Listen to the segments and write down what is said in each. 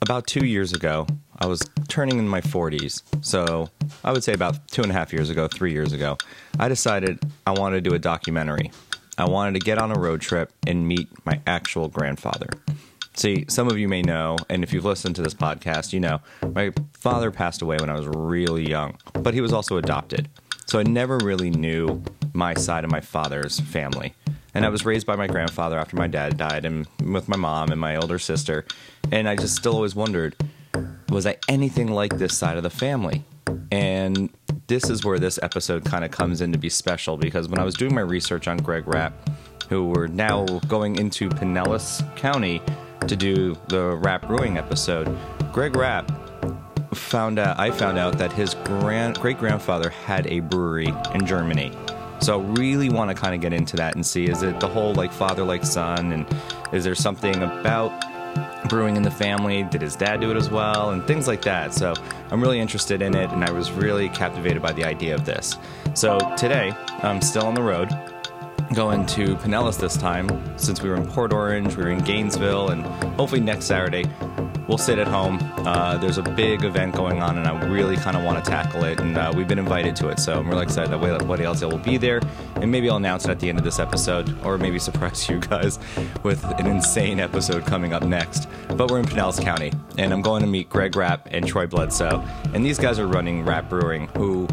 about two years ago, I was turning in my 40s. So I would say about two and a half years ago, three years ago, I decided I wanted to do a documentary. I wanted to get on a road trip and meet my actual grandfather. See, some of you may know, and if you've listened to this podcast, you know, my father passed away when I was really young, but he was also adopted. So I never really knew my side of my father's family. And I was raised by my grandfather after my dad died, and with my mom and my older sister. And I just still always wondered was I anything like this side of the family? And this is where this episode kind of comes in to be special because when I was doing my research on Greg Rapp, who were now going into Pinellas County to do the Rapp Brewing episode, Greg Rapp found out I found out that his grand great grandfather had a brewery in Germany. So I really want to kind of get into that and see is it the whole like father like son and is there something about brewing in the family? Did his dad do it as well? And things like that. So I'm really interested in it, and I was really captivated by the idea of this. So today, I'm still on the road, going to Pinellas this time. Since we were in Port Orange, we were in Gainesville, and hopefully next Saturday, we'll sit at home. Uh, there's a big event going on, and I really kind of want to tackle it, and uh, we've been invited to it. So I'm really excited that Wade Elsa will be there, and maybe I'll announce it at the end of this episode, or maybe surprise you guys with an insane episode coming up next. But we're in Pinellas County, and I'm going to meet Greg Rapp and Troy Bledsoe, and these guys are running Rapp Brewing, who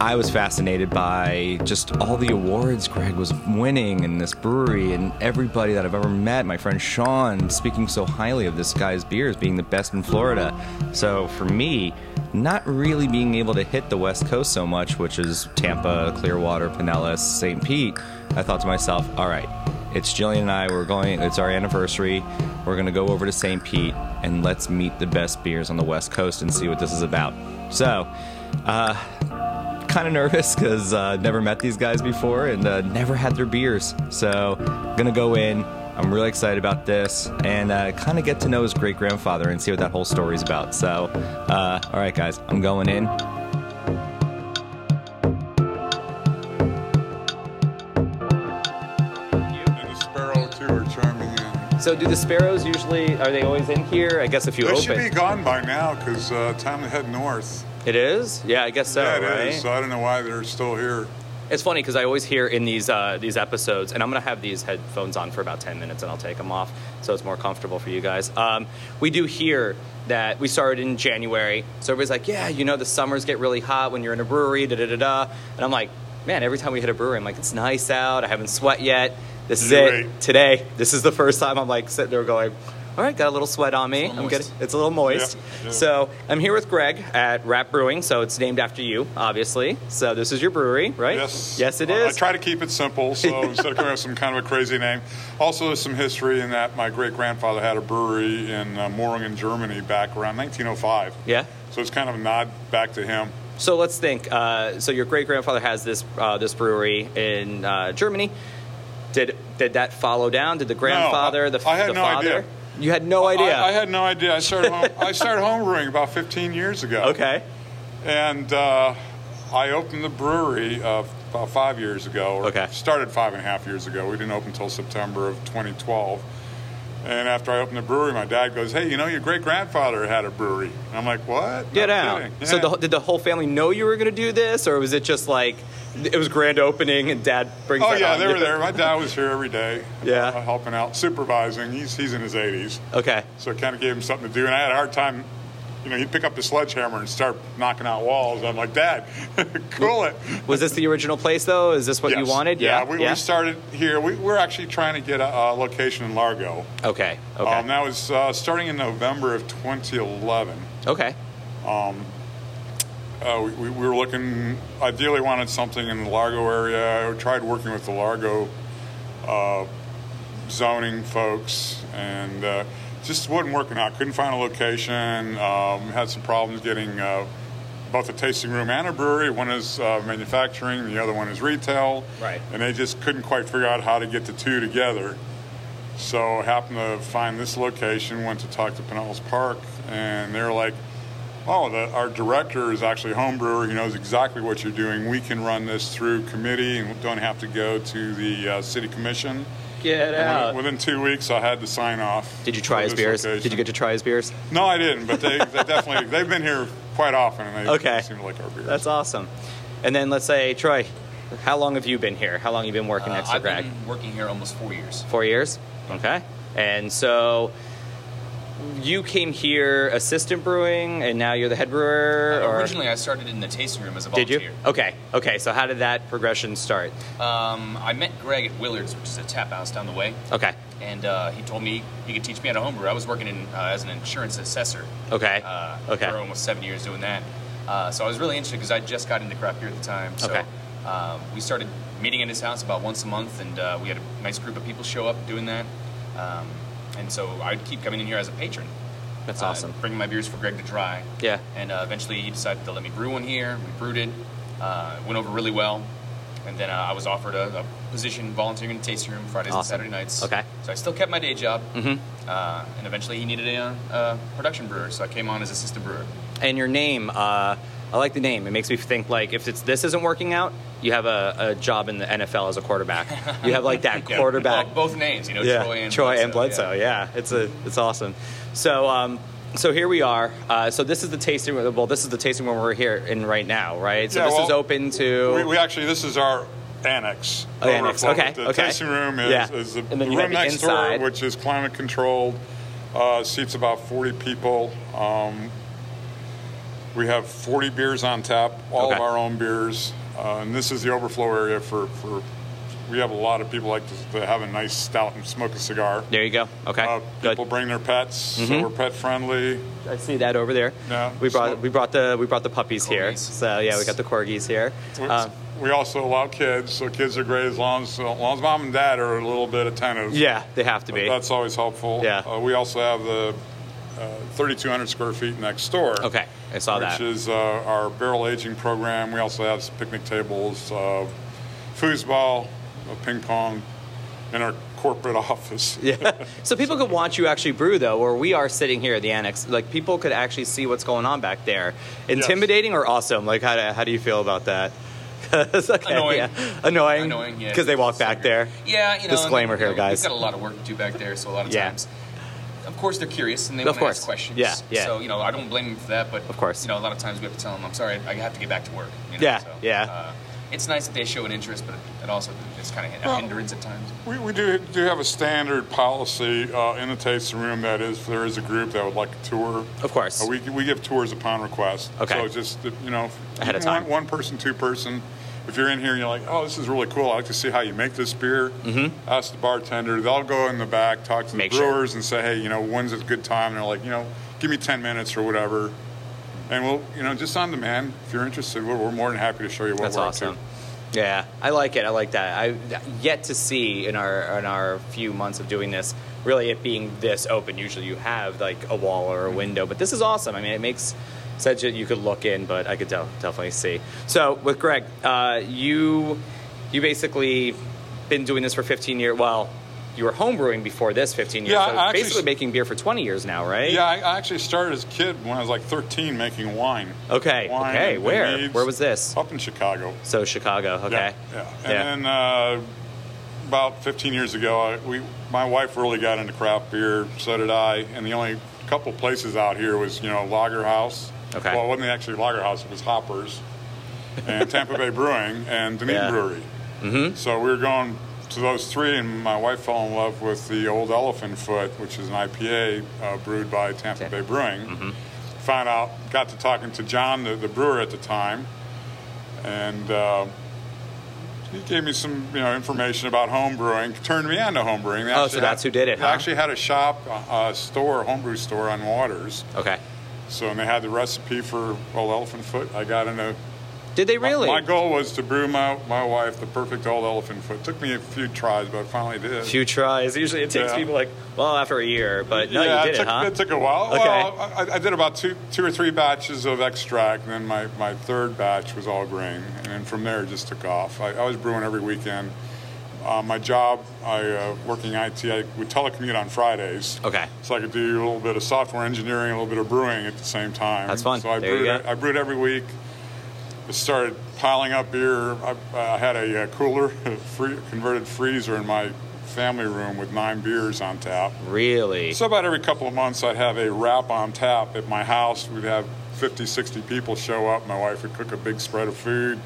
I was fascinated by just all the awards Greg was winning in this brewery and everybody that I've ever met. My friend Sean speaking so highly of this guy's beers being the best in Florida. So for me, not really being able to hit the West Coast so much, which is Tampa, Clearwater, Pinellas, St. Pete, I thought to myself, all right, it's Jillian and I. We're going, it's our anniversary. We're going to go over to St. Pete and let's meet the best beers on the West Coast and see what this is about. So, uh, kind of nervous because uh, never met these guys before and uh, never had their beers. So, gonna go in. I'm really excited about this and uh, kind of get to know his great grandfather and see what that whole story's about. So, uh, all right, guys, I'm going in. And a sparrow too are chiming in. So, do the sparrows usually are they always in here? I guess if you They should be open, gone by now because uh, time to head north. it is. Yeah, I guess so. yeah, it is. right? So I don't know why they're still here. It's funny because I always hear in these uh, these episodes, and I'm gonna have these headphones on for about 10 minutes, and I'll take them off so it's more comfortable for you guys. Um, we do hear that we started in January, so everybody's like, "Yeah, you know, the summers get really hot when you're in a brewery." Da da da da. And I'm like, "Man, every time we hit a brewery, I'm like, it's nice out. I haven't sweat yet. This is You're it right. today. This is the first time I'm like sitting there going." All right, got a little sweat on me. I'm getting, it's a little moist. Yeah, yeah. So I'm here with Greg at Rap Brewing. So it's named after you, obviously. So this is your brewery, right? Yes. Yes, it Well, is. I try to keep it simple, so instead of coming up with some kind of a crazy name. Also, there's some history in that my great grandfather had a brewery in uh, Moringen, Germany, back around 1905. yeah. So it's kind of a nod back to him. So let's think. Uh, so your great grandfather has this uh, this brewery in uh, Germany. Did did that follow down? Did the grandfather, the, f- I had the no father? idea. You had no idea. I, I had no idea. I started home, I started homebrewing about 15 years ago. okay. And uh, I opened the brewery uh, about five years ago. Or Okay. Started five and a half years ago. We didn't open until September of 2012. And after I opened the brewery, my dad goes, "Hey, you know your great grandfather had a brewery." And I'm like, "What? Get No out. kidding." So Yeah. the, wh- did the whole family know you were going to do this, or was it just like it was grand opening and dad brings? Oh that yeah, on? they were there. My dad was here every day, Yeah. uh, helping out, supervising. He's he's in his 80s, Okay. so it kind of gave him something to do. And I had a hard time, you know. He'd pick up the sledgehammer and start knocking out walls. I'm like, Dad, cool it. Was this the original place though? Is this what you Yes. wanted? Yeah, we, we started here. We, we're actually trying to get a, a location in Largo. okay. Okay. Um, that was uh, starting in November of 2011. okay. Uh, we- we, we were looking, ideally wanted something in the Largo area. I tried working with the Largo uh, zoning folks and uh, just wasn't working out. Couldn't find a location. Um, had some problems getting uh, both a tasting room and a brewery. One is uh, manufacturing, the other one is retail. Right. And they just couldn't quite figure out how to get the two together. So happened to find this location, went to talk to Pinellas Park, and they're like, "Oh, the, our director is actually a home brewer. He knows exactly what you're doing. We can run this through committee and don't have to go to the uh, city commission." Get out. Within two weeks, I had to sign off. Did you try for his this beers? location. Did you get to try his beers? No, I didn't. But they, they definitely they've been here quite often, and they Okay. seem to like our beers. That's awesome. And then let's say, Troy, how long have you been here? How long have you been working Uh, next to I've Greg? been working here almost four years. Four years? Okay. And so you came here assistant brewing and now you're the head brewer? or- Uh, Originally, I started in the tasting room as a Did volunteer. you? Okay. Okay. So how did that progression start? Um, I met Greg at Willard's, which is a tap house down the way, Okay. and uh, he told me he could teach me how to homebrew. I was working in, uh, as an insurance assessor Okay. uh, okay. for almost seven years doing that. Uh, so I was really interested because I just got into craft beer at the time. So Okay. um, we started meeting at his house about once a month, and uh, we had a nice group of people show up doing that. Um, and so I'd keep coming in here as a patron. That's uh, awesome. bringing my beers for Greg to try. Yeah. And uh, eventually he decided to let me brew one here. We brewed it. Uh, it went over really well. And then uh, I was offered a, a position volunteering in the tasting room Fridays and Awesome. Saturday nights. Okay. So I still kept my day job. Mhm. Uh, and eventually he needed a, a production brewer, so I came on as assistant brewer. And your name, uh, I like the name. It makes me think like if it's this isn't working out, you have a, a job in the NFL as a quarterback. You have like that Yeah, quarterback. well, both names, you know, Troy and Bledsoe. Yeah. it's a it's awesome. So um, so here we are. Uh, so this is the tasting room. Well, this is the tasting room we're here in right now, right? So Yeah, this well, is open to. We, we actually this is our annex. Oh, annex. overflow. Okay, The okay. tasting room is, Yeah. is the, And then you have room the next inside. door, which is climate controlled. Uh, seats about 40 people. Um, we have 40 beers on tap, all of Okay. our own beers, uh, and this is the overflow area for. for we have a lot of people like to, to have a nice stout and smoke a cigar. there you go. Okay, Uh, good. Mm-hmm. people bring their pets, so we're pet friendly. I see that over there. Yeah. we brought So- we brought the we brought the puppies here. Corgis. So yeah, we got the corgis here. We- Um, we also allow kids, so kids are great as long as, as long as mom and dad are a little bit attentive. yeah, they have to be. That's always helpful. Yeah. Uh, we also have the uh, 3,200 square feet next door. Okay, I saw which that. is uh, our barrel aging program. We also have some picnic tables, uh, foosball, uh, ping pong, in our corporate office. Yeah. So people could watch you actually brew though, where we are sitting here at the annex. Like people could actually see what's going on back there. Intimidating or awesome? Like how do, how do you feel about that? 'Cause, okay, Annoying. Yeah. Annoying. Annoying, yeah. Because they walk back there. Yeah, you know. Disclaimer and, you here, know, guys. We've got a lot of work to do back there, so a lot of Yeah. times. Of course, they're curious and they Of want to course. ask questions. Yeah, yeah. So you know, I don't blame them for that, but Of course. you know, a lot of times we have to tell them, "I'm sorry, I have to get back to work." You know, Yeah, so, yeah. Uh, it's nice that they show an interest, but it also it's kind of a Well- hindrance at times. We, we do do have a standard policy uh, in the tasting room that is if there is a group that would like a tour. Of course. Uh, we, we give tours upon request. Okay. So it's just that, you know Ahead of one- time. one person, two person. If you're in here and you're like, oh, this is really cool. I like to see how you make this beer. Mm-hmm. Ask the bartender. They'll go in the back, talk to Make the sure. brewers, and say, hey, you know, when's a good time? And they're like, you know, give me 10 minutes or whatever. And we'll, you know, just on demand. If you're interested, we're, we're more than happy to show you what That's we're up to. awesome. Yeah, I like it. I like that. I yet to see in our in our few months of doing this, really it being this open. Usually you have like a wall or a window, but this is awesome. I mean, it makes sense that you could look in, but I could del- definitely see. So with Greg, uh, you you basically been doing this for 15 years. Well, you were homebrewing before this 15 years. Yeah, so I actually- basically making beer for 20 years now, right? Yeah, I, I actually started as a kid when I was like 13 making wine. Okay. Wine okay. and Where? meads Where was this? Up in Chicago. So Chicago. Okay. Yeah. yeah. And then uh, about 15 years ago, I, we my wife really got into craft beer. So did I. And the only couple places out here was you know Lager House. Okay. Well, it wasn't actually Lager House. It was Hoppers, and Tampa Bay Brewing, and Dunedin Yeah. Brewery. Mm-hmm. So we were going to those three, and my wife fell in love with the Old Elephant Foot, which is an IPA uh, brewed by Tampa Bay Brewing. Mm-hmm. Found out, got to talking to John, the, the brewer at the time, and. Uh, he gave me some, you know, information about home brewing. Turned me on to home brewing. They Oh, so actually that's had- who did it, They huh? actually had a shop, uh, a store, a homebrew store on Waters. okay. So and they had the recipe for Old Elephant Foot. I got into. Did they really? My goal was to brew my, my wife the perfect Old Elephant Foot. Took me a few tries, but I finally did. few tries. Usually it takes Yeah. people like, well, after a year, but no, yeah, you did it, it, took, huh? took a while. Okay. Well, I, I did about two, two or three batches of extract, and then my, my third batch was all grain, and then from there it just took off. I, I was brewing every weekend. Uh, my job, I uh, working IT, I would telecommute on Fridays. Okay. So I could do a little bit of software engineering, a little bit of brewing at the same time. That's fun. So I There you brewed, go. I brewed every week. I started piling up beer. I, I had a uh, cooler, free, converted freezer in my family room with nine beers on tap. Really? So about every couple of months, I'd have a wrap on tap at my house. We'd have 50, 60 people show up. My wife would cook a big spread of food.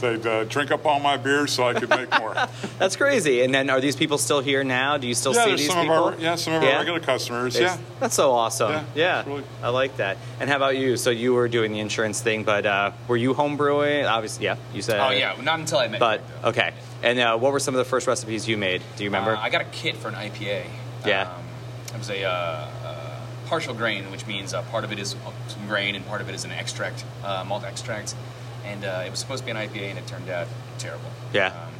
They'd uh, drink up all my beers so I could make more. That's crazy. And then are these people still here now? Do you still yeah, see there's these some people? of our yeah some of our regular customers. It's- yeah, That's so awesome. Yeah, Yeah. it's really- I like that. And how about you? So you were doing the insurance thing, but uh, were you home brewing? Obviously, yeah. You said. Oh yeah, not until I met. But Greg, though. okay. And uh, what were some of the first recipes you made? Do you remember? Uh, I got a kit for an IPA. Yeah. it was a uh, uh, partial grain, which means uh, part of it is some grain and part of it is an extract, uh, malt extract. And uh, it was supposed to be an IPA, and it turned out terrible. Yeah. Um,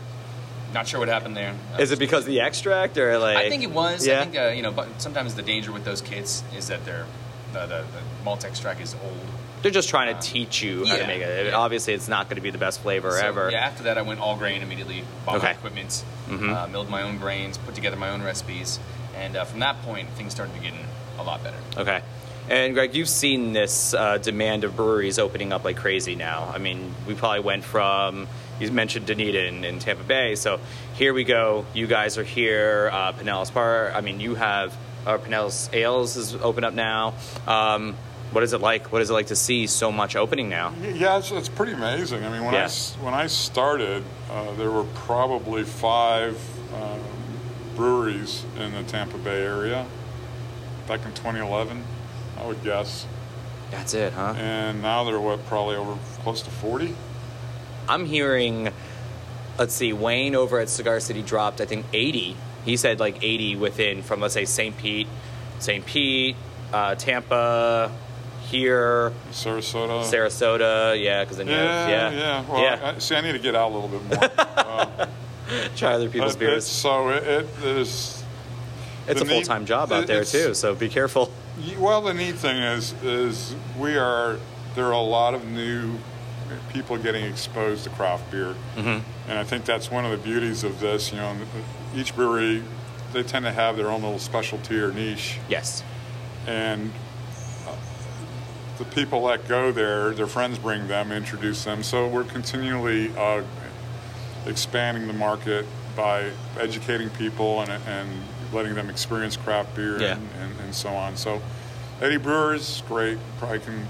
not sure what happened there. Uh, Is it because of the extract or like? I think it was. Yeah. I think uh, you know, but sometimes the danger with those kits is that they're the, the, the malt extract is old. They're just trying uh, to teach you how yeah, to make it. yeah. Obviously, it's not going to be the best flavor So, ever. yeah, after that, I went all grain immediately, bought my Okay. equipment, Mhm. uh, milled my own grains, put together my own recipes, and uh, from that point, things started to get a lot better. Okay. And Greg, you've seen this uh, demand of breweries opening up like crazy now. I mean, we probably went from you mentioned Dunedin and Tampa Bay, so here we go. You guys are here. Uh, Pinellas Park. I mean, you have uh, Pinellas Ales is open up now. Um, what is it like? What is it like to see so much opening now? yeah, it's, it's pretty amazing. I mean, when I Yeah. s when I started, uh, there were probably five um, breweries in the Tampa Bay area back in 2011, I would guess. That's it, huh? And now they're what probably over close to 40. I'm hearing, let's see, Wayne over at Cigar City dropped, I think, 80. He said like 80 within from, let's say, St. Pete, St. Pete, uh, Tampa, here, Sarasota. Sarasota. Yeah, because then you Yeah, Oh. yeah, have, Well, yeah. I, see, I need to get out a little bit more. Uh, Try other people's but it's, beers. so it, it is. It's the a neat- full time job out it- there, it's- too, so be careful. Y- Well, the neat thing is, is we are there are a lot of new people getting exposed to craft beer, Mm-hmm. and I think that's one of the beauties of this. You know, each brewery they tend to have their own little specialty or niche, Yes. and uh, the people that go there, their friends bring them, introduce them. So we're continually uh, expanding the market by educating people and, and letting them experience craft beer Yeah. and, and, and so on. So Eddie Brewer's great. Probably can.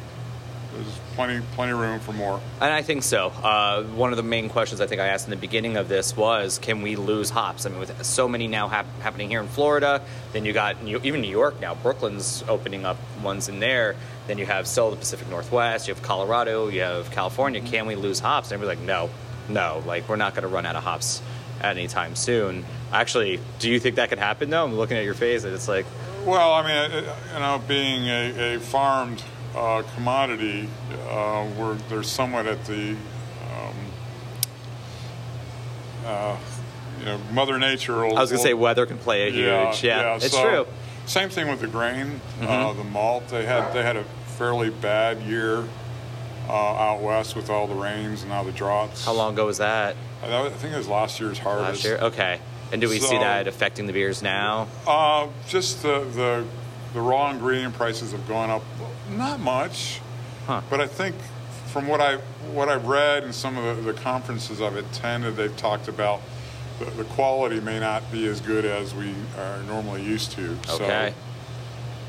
There's plenty plenty of room for more. And I think so. Uh, one of the main questions I think I asked in the beginning of this was, can we lose hops? I mean, with so many now hap- happening here in Florida, then you got New- even New York now. Brooklyn's opening up ones in there. Then you have still the Pacific Northwest. You have Colorado. You have California. Can we lose hops? And everybody's like, no, no. Like we're not going to run out of hops at any time soon. Actually, do you think that could happen? though? I'm looking at your face, and it's like, Well, I mean, it- it- you know, being a, a farmed uh, commodity, uh, we're they're somewhat at the, um, uh, you know, Mother Nature. Will, I was going to say will- weather can play a huge. Yeah, it's so, true. Mm-hmm. Same thing with the grain, uh, the malt. They had they had a fairly bad year uh, out west with all the rains and all the droughts. How long ago was that? I know- I think it was last year's last harvest. year. Okay. And do we see So- that affecting the beers now? Uh, just the, the the raw ingredient prices have gone up, not much, Huh. but I think from what I what I've read and some of the, the conferences I've attended, they've talked about the, the quality may not be as good as we are normally used to. Okay.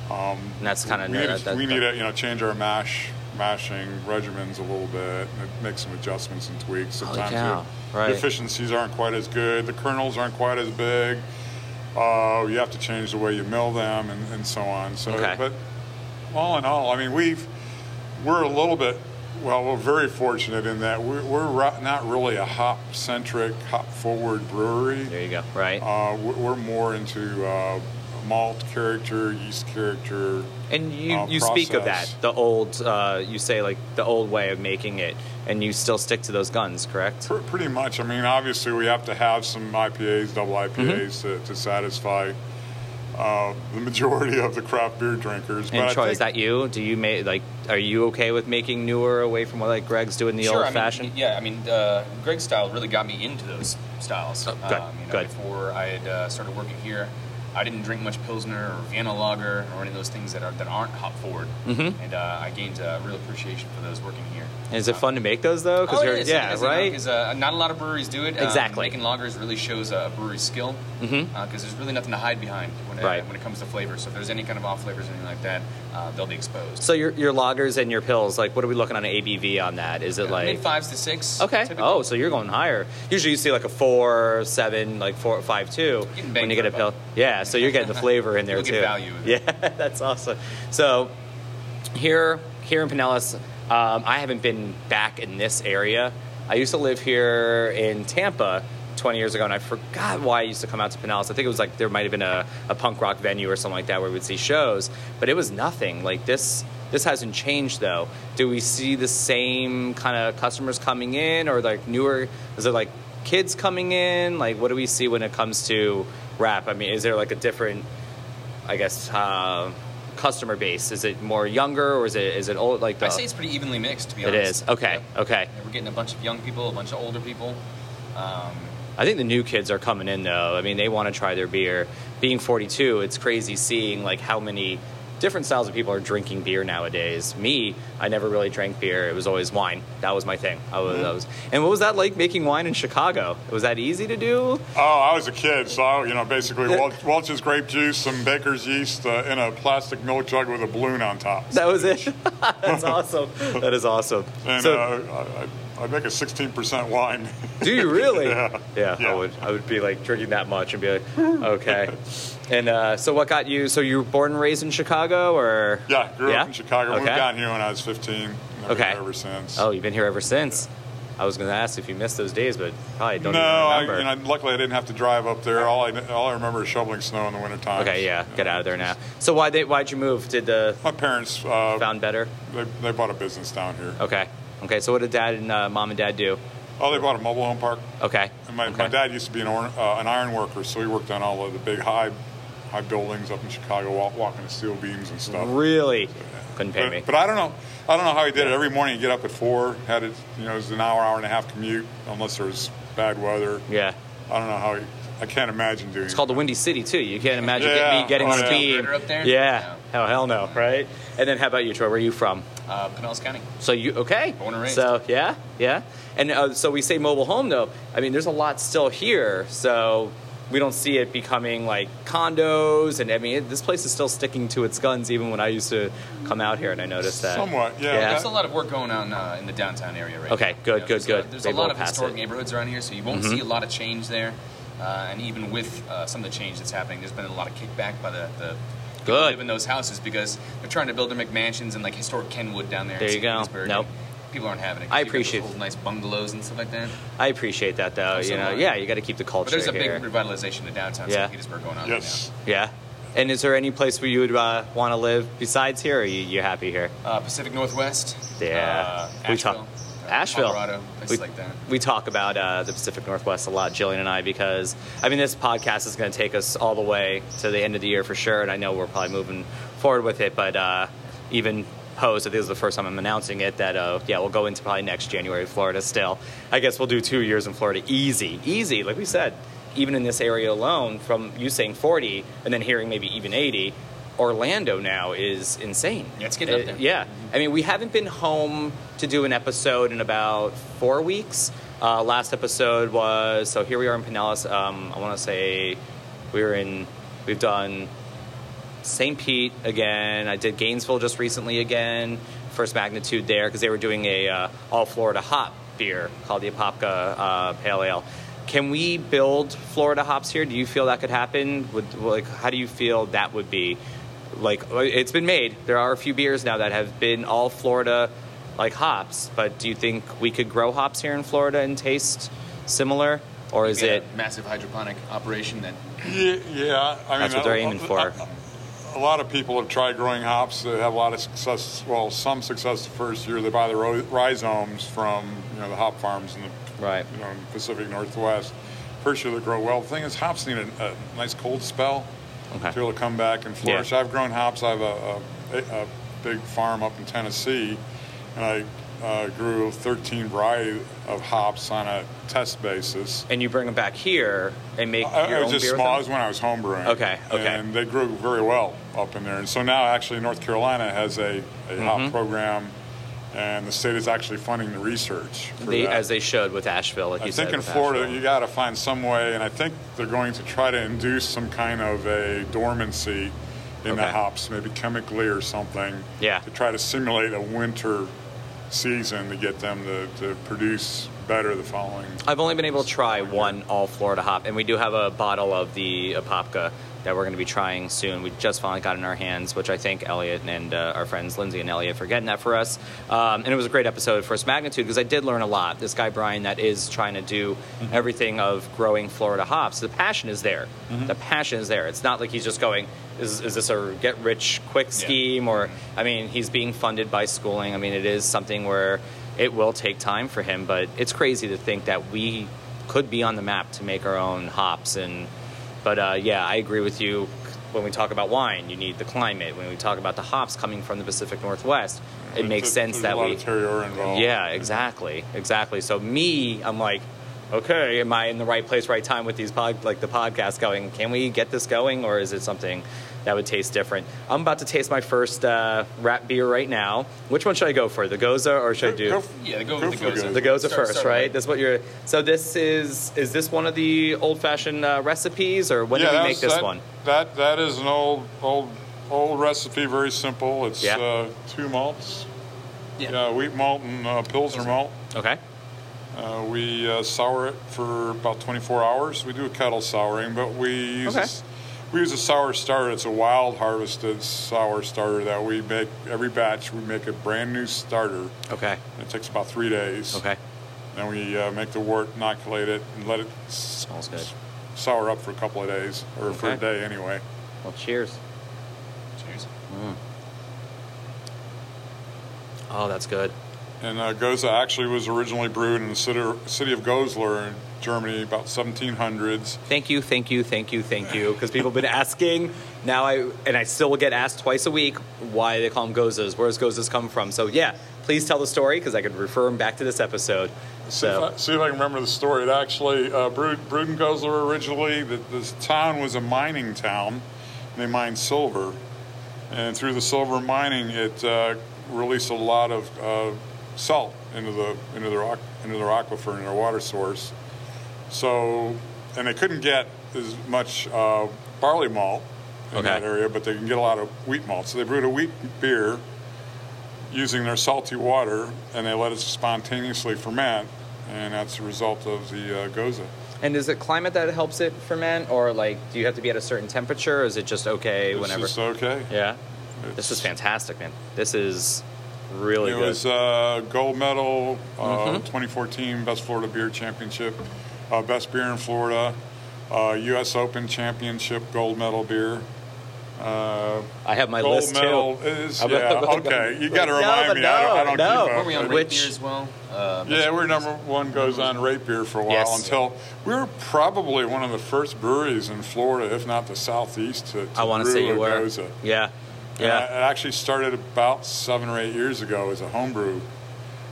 um, and that's So kind of we need, to, we need to you know change our mash mashing regimens a little bit, and make some adjustments and tweaks. Sometimes cow. the, Oh, Right. the efficiencies aren't quite as good, the kernels aren't quite as big. Uh, you have to change the way you mill them and, and so on. So, Okay. but all in all, I mean, we've we're a little bit well, we're very fortunate in that we're, we're ro- not really a hop centric, hop forward brewery. There you go. Right. Uh, we're we're more into uh, malt character, yeast character. and you, uh, you speak of that process. the old uh, you say like the old way of making it, and you still stick to those guns, correct? Pr- pretty much. I mean, obviously, we have to have some IPAs, double IPAs, to, Mm-hmm. to satisfy uh, the majority of the craft beer drinkers. And I Troy, think- is that you? Do you make like? Are you okay with making newer away from what like Greg's doing the Sure, I old mean, fashioned? Yeah, I mean, uh, Greg's style really got me into those styles. Um, Oh, good, you know, good. Before I had uh, started working here, I didn't drink much Pilsner or Vienna Lager or any of those things that, are, that aren't hop forward. Mm-hmm. And uh, I gained a real appreciation for those working here. Is it fun to make those though? Oh, you're- it is. yeah, Because, you know, right. 'cause, uh, not a lot of breweries do it. Um, Exactly. making lagers really shows a brewery's skill because Mhm. there's really nothing to hide behind when it, Right. when it comes to flavor. So if there's any kind of off flavors or anything like that, uh, they'll be exposed. so your your loggers and your pills, like what are we looking on an ABV on that? Is it mid like fives to six. okay? typically. Oh, so you're going higher. Usually you see like a four, seven, like four, five, two Getting bang when you for get a a pill. buck. Yeah, so you're getting the flavor in there You'll too. get value in Yeah, it. that's awesome. So here here in Pinellas, um, I haven't been back in this area. I used to live here in Tampa 20 years ago, and I forgot why I used to come out to Pinellas. I think it was like there might have been a, a punk rock venue or something like that where we would see shows, but it was nothing. Like this this hasn't changed though. Do we see the same kind of customers coming in, or like newer? Is it like kids coming in? Like what do we see when it comes to rap? I mean, is there like a different I guess uh, customer base? Is it more younger or is it is it old? Like the I say it's pretty evenly mixed, to be it honest. is okay, okay. Yeah, We're getting a bunch of young people, a bunch of older people. Um, I think the new kids are coming in though. I mean, they want to try their beer. Being 42, it's crazy seeing like how many different styles of people are drinking beer nowadays. Me, I never really drank beer. It was always wine. That was my thing. I was, I was Mm-hmm. and what was that like making wine in Chicago? Was that easy to do? Oh, I was a kid, so I, you know, basically Wel- Welch's grape juice, some baker's yeast uh, in a plastic milk jug with a balloon on top. That was it. That's awesome. That is awesome. And So- uh, I, I I'd make a 16% wine. Do you really? Yeah. I Yeah. would. I would be like drinking that much and be like, okay. And uh, so, what got you? So you were born and raised in Chicago, or yeah, grew up in Chicago. Okay. Moved down here when I was 15. Never Okay. been ever since. Oh, you've been here ever since. I was going to ask if you missed those days, but probably don't no, even I, remember. you know, luckily I didn't have to drive up there. All I, all I remember is shoveling snow in the wintertime. okay, yeah, get out of there now. So why they, why'd you move? Did the My parents, uh, found better? they, they bought a business down here. Okay, okay. So what did dad and uh, mom and dad do? Oh, they bought a mobile home park. Okay, And my, okay. my dad used to be an, or, uh, an iron worker, so he worked on all of the big high high buildings up in Chicago, walk, walking the steel beams and stuff. really couldn't pay me. But, but I don't know. I don't know how he did it. Every morning, he'd get up at four. Had it, you know, it was an hour, hour and a half commute, unless there was bad weather. yeah, I don't know how. He, I can't imagine doing. It's called the Windy City too. You can't imagine Yeah. me getting Oh, yeah. steam. Rider up there? Yeah. Oh hell no, right? And then how about you, Troy? Where are you from? uh, Pinellas County. So you okay? Born and raised. So yeah, yeah. And uh, so we say mobile home though. I mean, there's a lot still here, so we don't see it becoming like condos. And I mean, it, this place is still sticking to its guns, even when I used to come out here and I noticed that. Somewhat, yeah. Yeah. There's a lot of work going on uh, in the downtown area right Okay, now. good, good, there's a- good. there's They a lot will of pass historic it. Mm-hmm. neighborhoods around here, so you won't see a lot of change there. Uh, and even with uh, some of the change that's happening, there's been a lot of kickback by the, the people who Good. live in those houses because they're trying to build their McMansions and like historic Kenwood down there. in There you St. go. Petersburg. Nope. People aren't having it. I You've got those appreciate- old nice bungalows and stuff like that. I appreciate that though. you know, Absolutely. yeah, you got to keep the culture But there's a big here. revitalization of downtown Yeah. St. Petersburg going on Yes. right yeah. And is there any place where you would uh, want to live besides here? Or are you, you happy here? now. Uh, Pacific Northwest. Yeah. Uh, we talk. Asheville. uh, Asheville. Colorado. Places we, like that. we talk about uh, the Pacific Northwest a lot, Jillian and I, because I mean this podcast is going to take us all the way to the end of the year for sure, and I know we're probably moving forward with it. But uh, even post, I think this is the first time I'm announcing it that uh, yeah, we'll go into probably next January Florida. Still, I guess we'll do two years in Florida, easy, easy, like we said. Even in this area alone, from you saying 40 and then hearing maybe even 80, Orlando now is insane. Yeah, it's getting up Uh, there. Yeah, I mean, we haven't been home to do an episode in about four weeks. Uh, last episode was so here we are in Pinellas. Um, I want to say we were in, we've done St. Pete again. I did Gainesville just recently again. First magnitude there because they were doing a uh, all Florida hop beer called the Apopka uh, Pale Ale. Can we build Florida hops here? Do you feel that could happen? Would like how do you feel that would be? Like uh, it's been made. There are a few beers now that have been all Florida like hops, but do you think we could grow hops here in Florida and taste similar, or is Be a it massive hydroponic operation that Yeah, yeah. I mean, that's what they're aiming a- for? A lot of people have tried growing hops. They have a lot of success. Well, some success the first year. They buy the ro- rhizomes from you know the hop farms in the Right. you know in the Pacific Northwest. First year they grow well. The thing is, hops need a, a nice cold spell Okay. to be able to come back and flourish. I've grown hops. I have a, a, a big farm up in Tennessee, and I uh, grew 13 variety of hops on a test basis. and you bring them back here and make I, your I own was just beer small. I with was them? when I was homebrewing. Okay, okay. And they grew very well up in there. And so now, actually, North Carolina has a, a hop Mm-hmm. program, and the state is actually funding the research. For They- that. as they should with Asheville, like I you think said. in with Florida, Asheville. you got to find some way, and I think they're going to try to induce some kind of a dormancy in the Okay. hops, maybe chemically or something. Yeah. To try to simulate a winter season to get them to, to produce better the following. I've only been able to try one all Florida hop, and we do have a bottle of the Apopka that we're going to be trying soon. We just finally got it in our hands, which I thank Elliot and uh, our friends Lindsay and Elliot for getting that for us. Um, and it was a great episode of First Magnitude because I did learn a lot. This guy Brian that is trying to do Mm-hmm. everything of growing Florida hops. The passion is there. Mm-hmm. The passion is there. It's not like he's just going. Is, is this a get rich quick scheme or I mean he's being funded by schooling. I mean it is something where it will take time for him, but it's crazy to think that we could be on the map to make our own hops. And but uh, yeah, I agree with you. When we talk about wine, you need the climate. When we talk about the hops coming from the Pacific Northwest, it makes There's- sense that there's a lot we. Of terroir involved. Yeah, exactly, exactly. So me, I'm like, okay, am I in the right place, right time with these pod, like the podcast going? Can we get this going, or is it something that would taste different? I'm about to taste my first uh, rat beer right now. Which one should I go for, the Goza, or should I do? Go f- Yeah, go go with the for goza. goza. the Goza Start- first, start right? with- That's what you're. So this is is this one of the old-fashioned uh, recipes, or when Yeah, did that we make was- this that- one? That that is an old old old recipe, very simple. It's Yeah. uh, two malts. Yeah. Uh, wheat malt and uh, pilsner malt. Okay. Uh, we uh, sour it for about 24 hours. We do a kettle souring, but we use Okay. a, s- we use a sour starter. It's a wild harvested sour starter that we make every batch. We make a brand new starter. Okay. It takes about three days. Okay. Then we uh, make the wort, inoculate it, and let it s- Smells good. sour up for a couple of days, or for a Okay. day anyway. Well, cheers. Cheers. Oh, that's good. And uh, Goza actually was originally brewed in the city, city of Goslar in Germany about 1700s. Thank you, thank you, thank you, thank you. Because people have been asking now, I and I still get asked twice a week why they call them gozas. Where's gozas come from? So yeah, please tell the story because I could refer them back to this episode. See, if So I, see if I can remember the story. It actually, uh, Bruden Goslar originally, the, this town was a mining town. They mined silver. And through the silver mining, it uh, released a lot of uh, salt into the, into, the rock, into their aquifer and their water source. So, and they couldn't get as much uh, barley malt in Okay. that area, but they can get a lot of wheat malt. So they brewed a wheat beer using their salty water, and they let it spontaneously ferment, and that's the result of the uh, goza. and is it climate that helps it ferment, or like do you have to be at a certain temperature? Or is it just okay It's whenever? just okay. yeah, this is fantastic, man. This is really It good. Mm-hmm. was uh, gold medal, uh, 2014 Best Florida Beer Championship, uh, Best Beer in Florida, uh, U.S. Open Championship gold medal beer. Uh, I have my gold list medal too. is I'm yeah gonna- okay. You got to No, remind but me. I don't, I no, don't no. keep up. Were we on Which- rate beer as well? Uh, Uh, Yeah, we're number one goes on rate beer for a while Yes. until we were probably one of the first breweries in Florida, if not the southeast, to, to I want to brew say you a were. Goza. Yeah, And I- yeah. it actually started about seven or eight years ago as a homebrew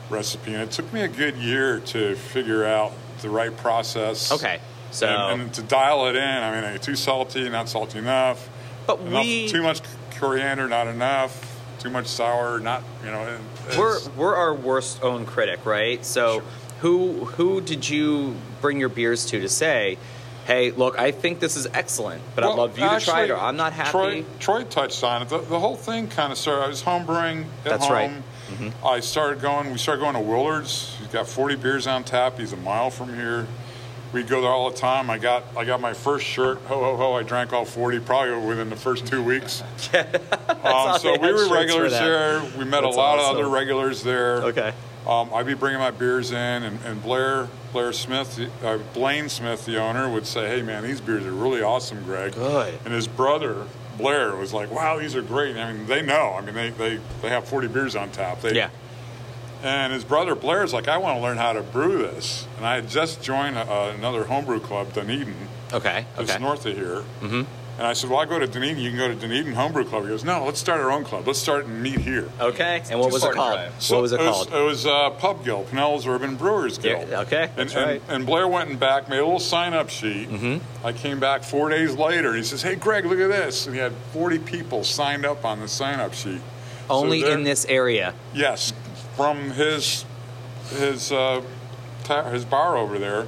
recipe, and it took me a good year to figure out the right process. Okay, so. and, and to dial it in, I mean, are you too salty, not salty enough, But enough we- too much coriander, not enough, too much sour, not you know. it- it's- we're we're our worst own critic, right? So who who did you bring your beers to to say, hey, look, I think this is excellent, but I'd Well, love you to try it, actually, or I'm not happy. Troy, Troy touched on it. The, the whole thing kind of started. I was homebrewing at That's home. right. Mm-hmm. I started going. We started going to Willard's. He's got 40 beers on tap. He's a mile from here. We go there all the time. I got I got my first shirt. Ho ho ho! I drank all 40 probably within the first two weeks. um, they so we had shirts were for regulars that. there. We met That's a lot awesome. of other regulars there. Okay. Um, I'd be bringing my beers in, and, and Blair Blair Smith, uh, Blaine Smith, the owner, would say, "Hey, man, these beers are really awesome, Greg." Good. And his brother Blair was like, "Wow, these are great." I mean, they know. I mean, they they, they have 40 beers on tap. They, Yeah. And his brother Blair's like, "I want to learn how to brew this." And I had just joined a, another uh, homebrew club, Dunedin, Okay. that's Okay. north of here. Mm-hmm. And I said, well, I go to Dunedin. You can go to Dunedin Homebrew Club. He goes, no, let's start our own club. Let's start and meet here. Okay. And what Too was it far to called? drive. So what was it was, called? It was uh, Pub Guild, Pinellas Urban Brewers Guild. Yeah, okay, And- that's and, right. Mm-hmm. And Blair went and back, made a little sign-up sheet. I came back four days later, and he says, "Hey, Greg, look at this." And he had 40 people signed up on the sign-up sheet. So Only they're- in this area. Yes, from his his uh, ta- his bar over there,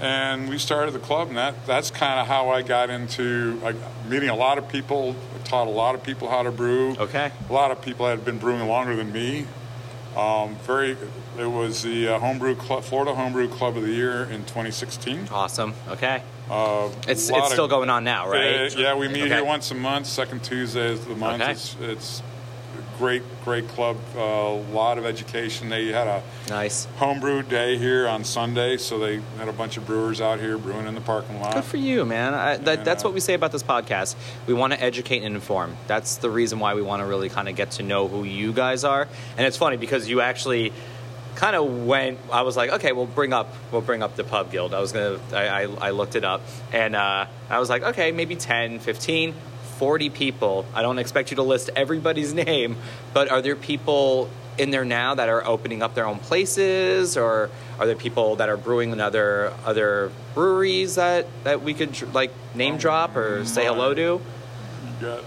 and we started the club, and that that's kind of how I got into like, meeting a lot of people. Taught a lot of people how to brew. Okay. A lot of people had been brewing longer than me. Um, very. It was the uh, homebrew club, Florida Homebrew Club of the Year in 2016. Awesome. Okay. Uh, It's lot it's of- still going on now, right? Uh, yeah, we meet Okay. here once a month, second Tuesday of the month. Okay. It's, it's a great, great club. Uh, A lot of education. They had a Nice. homebrew day here on Sunday, so they had a bunch of brewers out here brewing in the parking lot. Good for you, man. I, that, And, that's uh, what we say about this podcast. We want to educate and inform. That's the reason why we want to really kind of get to know who you guys are. And it's funny because you actually kind of went. I was like, okay, we'll bring up we'll bring up the pub guild. I was gonna. I, I, I looked it up and uh, I was like, okay, maybe 10, 15, 40 people. I don't expect you to list everybody's name, but are there people in there now that are opening up their own places or are there people that are brewing in other other breweries that that we could dr- like name drop or say hello to You got-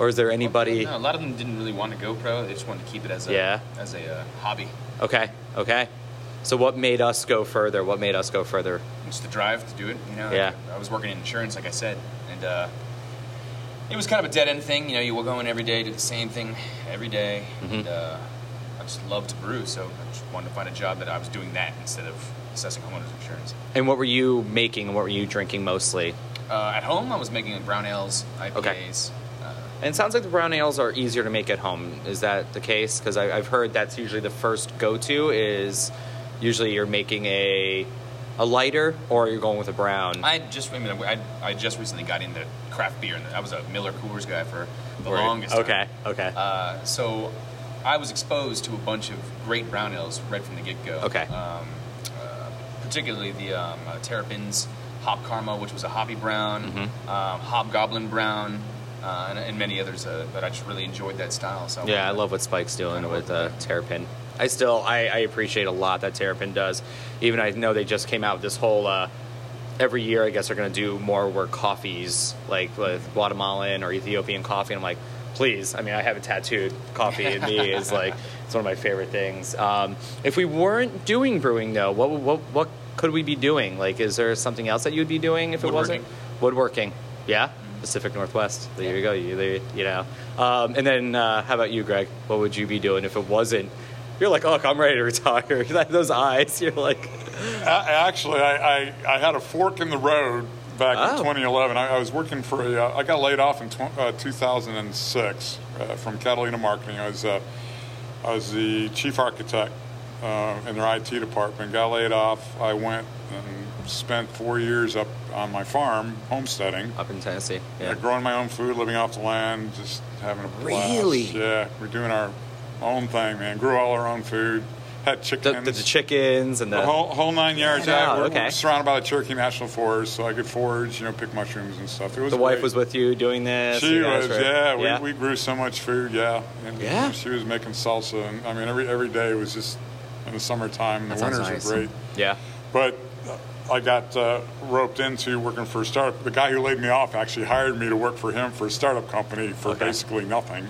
or is there anybody No, a lot of them didn't really want to go pro. They just wanted to keep it as a Yeah. as a uh, hobby. okay okay so what made us go further what made us go further Just the drive to do it. You know. Yeah. I was working in insurance, like I said, and uh, it was kind of a dead end thing. You know, you will go in every day, do the same thing every day, and uh, I just love to brew, so I just wanted to find a job that I was doing that instead of assessing homeowners insurance. and what were you making and what were you drinking mostly Uh, at home, I was making like, brown ales, IPAs. Okay. Uh, and it sounds like the brown ales are easier to make at home is that the case because i've heard that's usually the first go-to is usually you're making a a lighter or you're going with a brown I just, I mean, I, I just recently got into craft beer, and I was a Miller Coors guy for the Right. longest. time. okay okay Uh, so I was exposed to a bunch of great brown ales right from the get go. Okay. Um, uh, particularly the um, uh, Terrapins Hop Karma, which was a hoppy brown, Mm-hmm. um, Hobgoblin brown, uh, and, and many others. Uh, but I just really enjoyed that style. So Uh, Yeah, I love what Spike's doing with uh, Terrapin. I still I, I appreciate a lot that Terrapin does. Even I know they just came out with this whole. Uh, every year, I guess they're going to do more where coffees like with Guatemalan or Ethiopian coffee. And I'm like, please. I mean, I have a tattooed coffee in me is like it's one of my favorite things. Um, if we weren't doing brewing though, what what what could we be doing? Like, is there something else that you'd be doing if it wasn't woodworking? Mm-hmm. Yeah, Pacific Northwest. There you go. You, there, you know. Um, and then, uh, how about you, Greg? What would you be doing if it wasn't? You're like, oh, I'm ready to retire. Those eyes. You're like, A- Actually, I, I, I had a fork in the road back Oh. in 2011. I, I was working for a, uh, I got laid off in tw- uh, 2006 uh, from Catalina Marketing. I was, uh, I was the chief architect uh, in their IT department. Got laid off. I went and spent four years up on my farm homesteading. up in Tennessee. Yeah, Yeah. growing my own food, living off the land, just having a blast. Really? Yeah, we're doing our own thing, man. Grew all our own food. Had The, chickens. the, the chickens and the. The whole, whole nine yards. Yeah, Yeah, we're, okay. we're surrounded by the Cherokee National Forest, so I could forage, you know, pick mushrooms and stuff. It was the wife great. was with you doing this. She you guys was, were- yeah. We, we grew so much food, yeah. And Yeah. She was making salsa, and I mean, every every day was just in the summertime. and That The sounds winters nice. were great, Yeah. but uh, I got uh, roped into working for a startup. The guy who laid me off actually hired me to work for him for a startup company for Okay. basically nothing.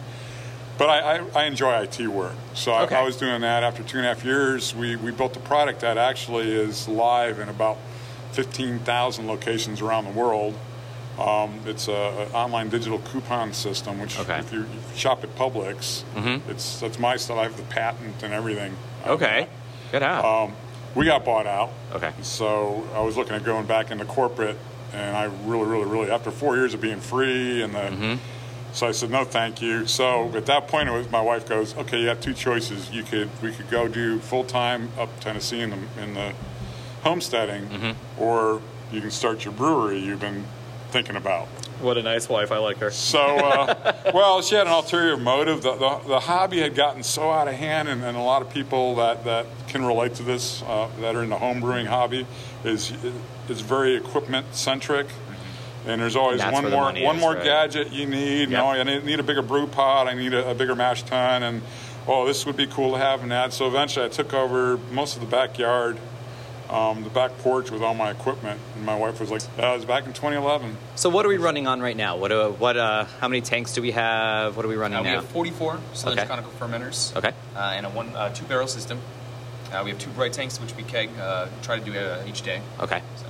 But I, I, I enjoy IT work. So Okay. I, I was doing that. After two and a half years, we, we built a product that actually is live in about 15,000 locations around the world. Um, it's an online digital coupon system, which Okay. Mm-hmm. if, you, if you shop at Publix, it's, that's my stuff. I have the patent and everything. on Okay. Good out. um, we got bought out. Okay. So I was looking at going back into corporate, and I really, really, really, after four years of being free, and the, so I said no, thank you. So at that point, it was my wife goes, okay, you have two choices. You could we could go do full time up Tennessee in the in the homesteading, or you can start your brewery you've been thinking about. what a nice wife. I like her. So, uh, well, she had an ulterior motive. The, the, the hobby had gotten so out of hand, and, and a lot of people that, that can relate to this uh, that are in the homebrewing hobby is it's very equipment centric. And there's always Mm-hmm. That's one where the more money one is, more right? gadget you Yep. need. No, I need, need a bigger brew pot. I need a, a bigger mash tun, and oh, this would be cool to have and that. So eventually, I took over most of the backyard, um, the back porch with all my equipment. And my wife was like, "That was back in 2011." So what are we running on right now? What uh, what uh, how many tanks do we have? What are we running Uh, we now? have 44 cylindrical Okay. conical fermenters. Okay. Uh, and a one uh, two barrel system. Uh, we have two bright tanks, which we keg, uh, try to do uh, each day. Okay. So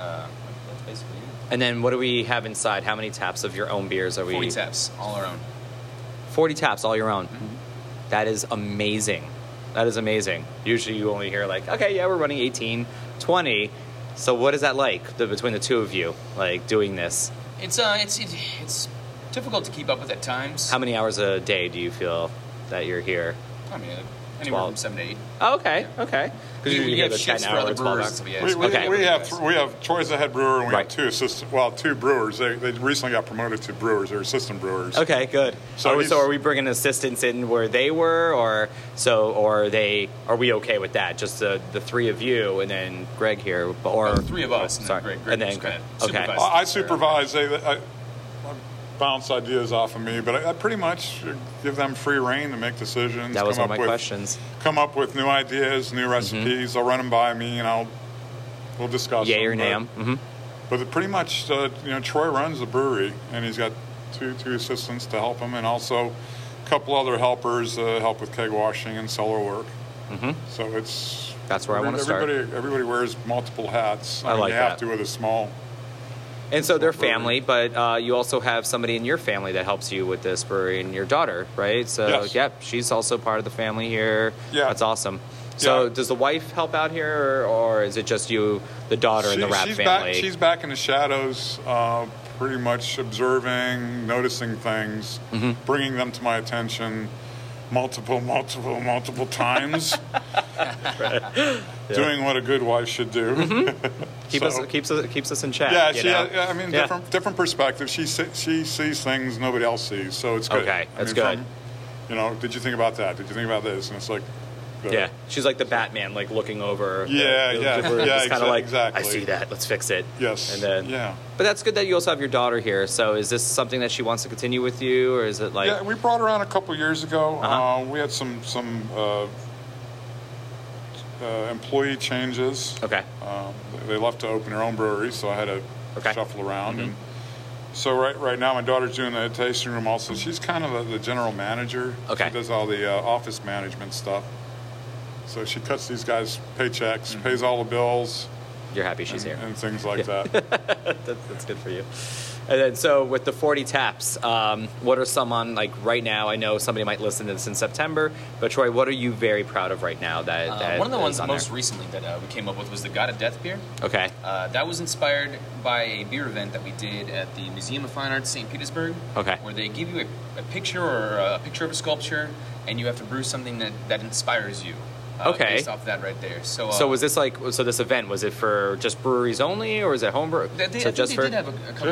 uh, that's basically it. And then what do we have inside? How many taps of your own beers are we? 40 taps, all our own. 40 taps, all your own. Mm-hmm. That is amazing. That is amazing. Usually you only hear like, okay, yeah, we're running 18, 20. So what is that like the, between the two of you, like doing this? It's uh, it's it, it's difficult to keep up with at times. How many hours a day do you feel that you're here? I mean, uh, anywhere Twelve. from seven to eight. Oh, okay, okay. We- Because you we hear have the shifts 10 for hour, other 12 brewers. hour. yeah, We, it's we, okay. we have Guys. th- we have Troy's the head brewer, and we Right. have two assistant. Well, two brewers. They, they recently got promoted to brewers. They're assistant brewers. Okay, good. Oh, So So, are, he's- so are we bringing assistants in where they were, or so, or are they? Are we okay with that? Just the, the three of you, and then Greg here, but- or Uh, three of us, and then Sorry, Greg- Greg and then just kinda okay. supervises. I, I supervise. They, I, I bounce ideas off of me, but I, I pretty much give them free reign to make decisions. That was come one of my up with, questions. Mm-hmm. Come up with new ideas, new recipes. They'll run them by me, and I'll we'll discuss. Yay them, or but- nam? hmm But it pretty much, uh, you know, Troy runs the brewery, and he's got two two assistants to help him, and also a couple other helpers uh, help with keg washing and cellar work. Mm-hmm. So it's That's where I wanna start. Everybody, everybody wears multiple hats. I mean, like you have that. to with a small. And so they're Small family, brewery. but uh, you also have somebody in your family that helps you with this brewery, and your daughter, right? So Yes. yep, she's also part of the family here. Yeah. that's awesome. So Yeah. does the wife help out here, or, or is it just you, the daughter, and the She- rap she's family? Back, she's back in the shadows, uh, pretty much observing, noticing things, Mm-hmm. bringing them to my attention multiple, multiple, multiple times. Doing what a good wife should do. Mm-hmm. Keep us So- keeps us keeps us in check. yeah, you she. know? yeah, I mean, Yeah. different different perspective. She se- she sees things nobody else sees, so it's good. Okay, I that's mean, good. From, you know, did you think about that? Did you think about this? And it's like, uh, good. Yeah, she's like the Batman, like looking over. the- Yeah, the, yeah, the bird, yeah, just kinda exa- like, exactly. I see that. Let's fix it. Yes. And then, yeah. But that's good that you also have your daughter here. So is this something that she wants to continue with you, or is it like? yeah, we brought her on a couple years ago. uh Uh-huh. we had some some uh, uh, employee changes. okay. Um, they left to open their own brewery, so I had to Okay. Mm-hmm. shuffle around. And so right right now, my daughter's doing the tasting room. Also, she's kind of the the general manager. Okay. She does all the uh, office management stuff. So she cuts these guys' paychecks, Mm-hmm. pays all the bills, You're happy she's here. and, and things like that. that's, that's good for you. And then, so with the 40 taps, um, what are some on like right now? I know somebody might listen to this in September, but Troy, what are you very proud of right now? That, Uh, that one of the is ones on most there? recently that uh, we came up with was the God of Death beer. okay. Uh, that was inspired by a beer event that we did at the Museum of Fine Arts, St. Petersburg. Okay. Where they give you a, a picture or uh, a picture of a sculpture, and you have to brew something that, that inspires you. Uh, Okay. Based off that right there. So. Uh, So was this like so? This event was it for just breweries only, or is it home brew? They, they, I so think just they for did have a, a couple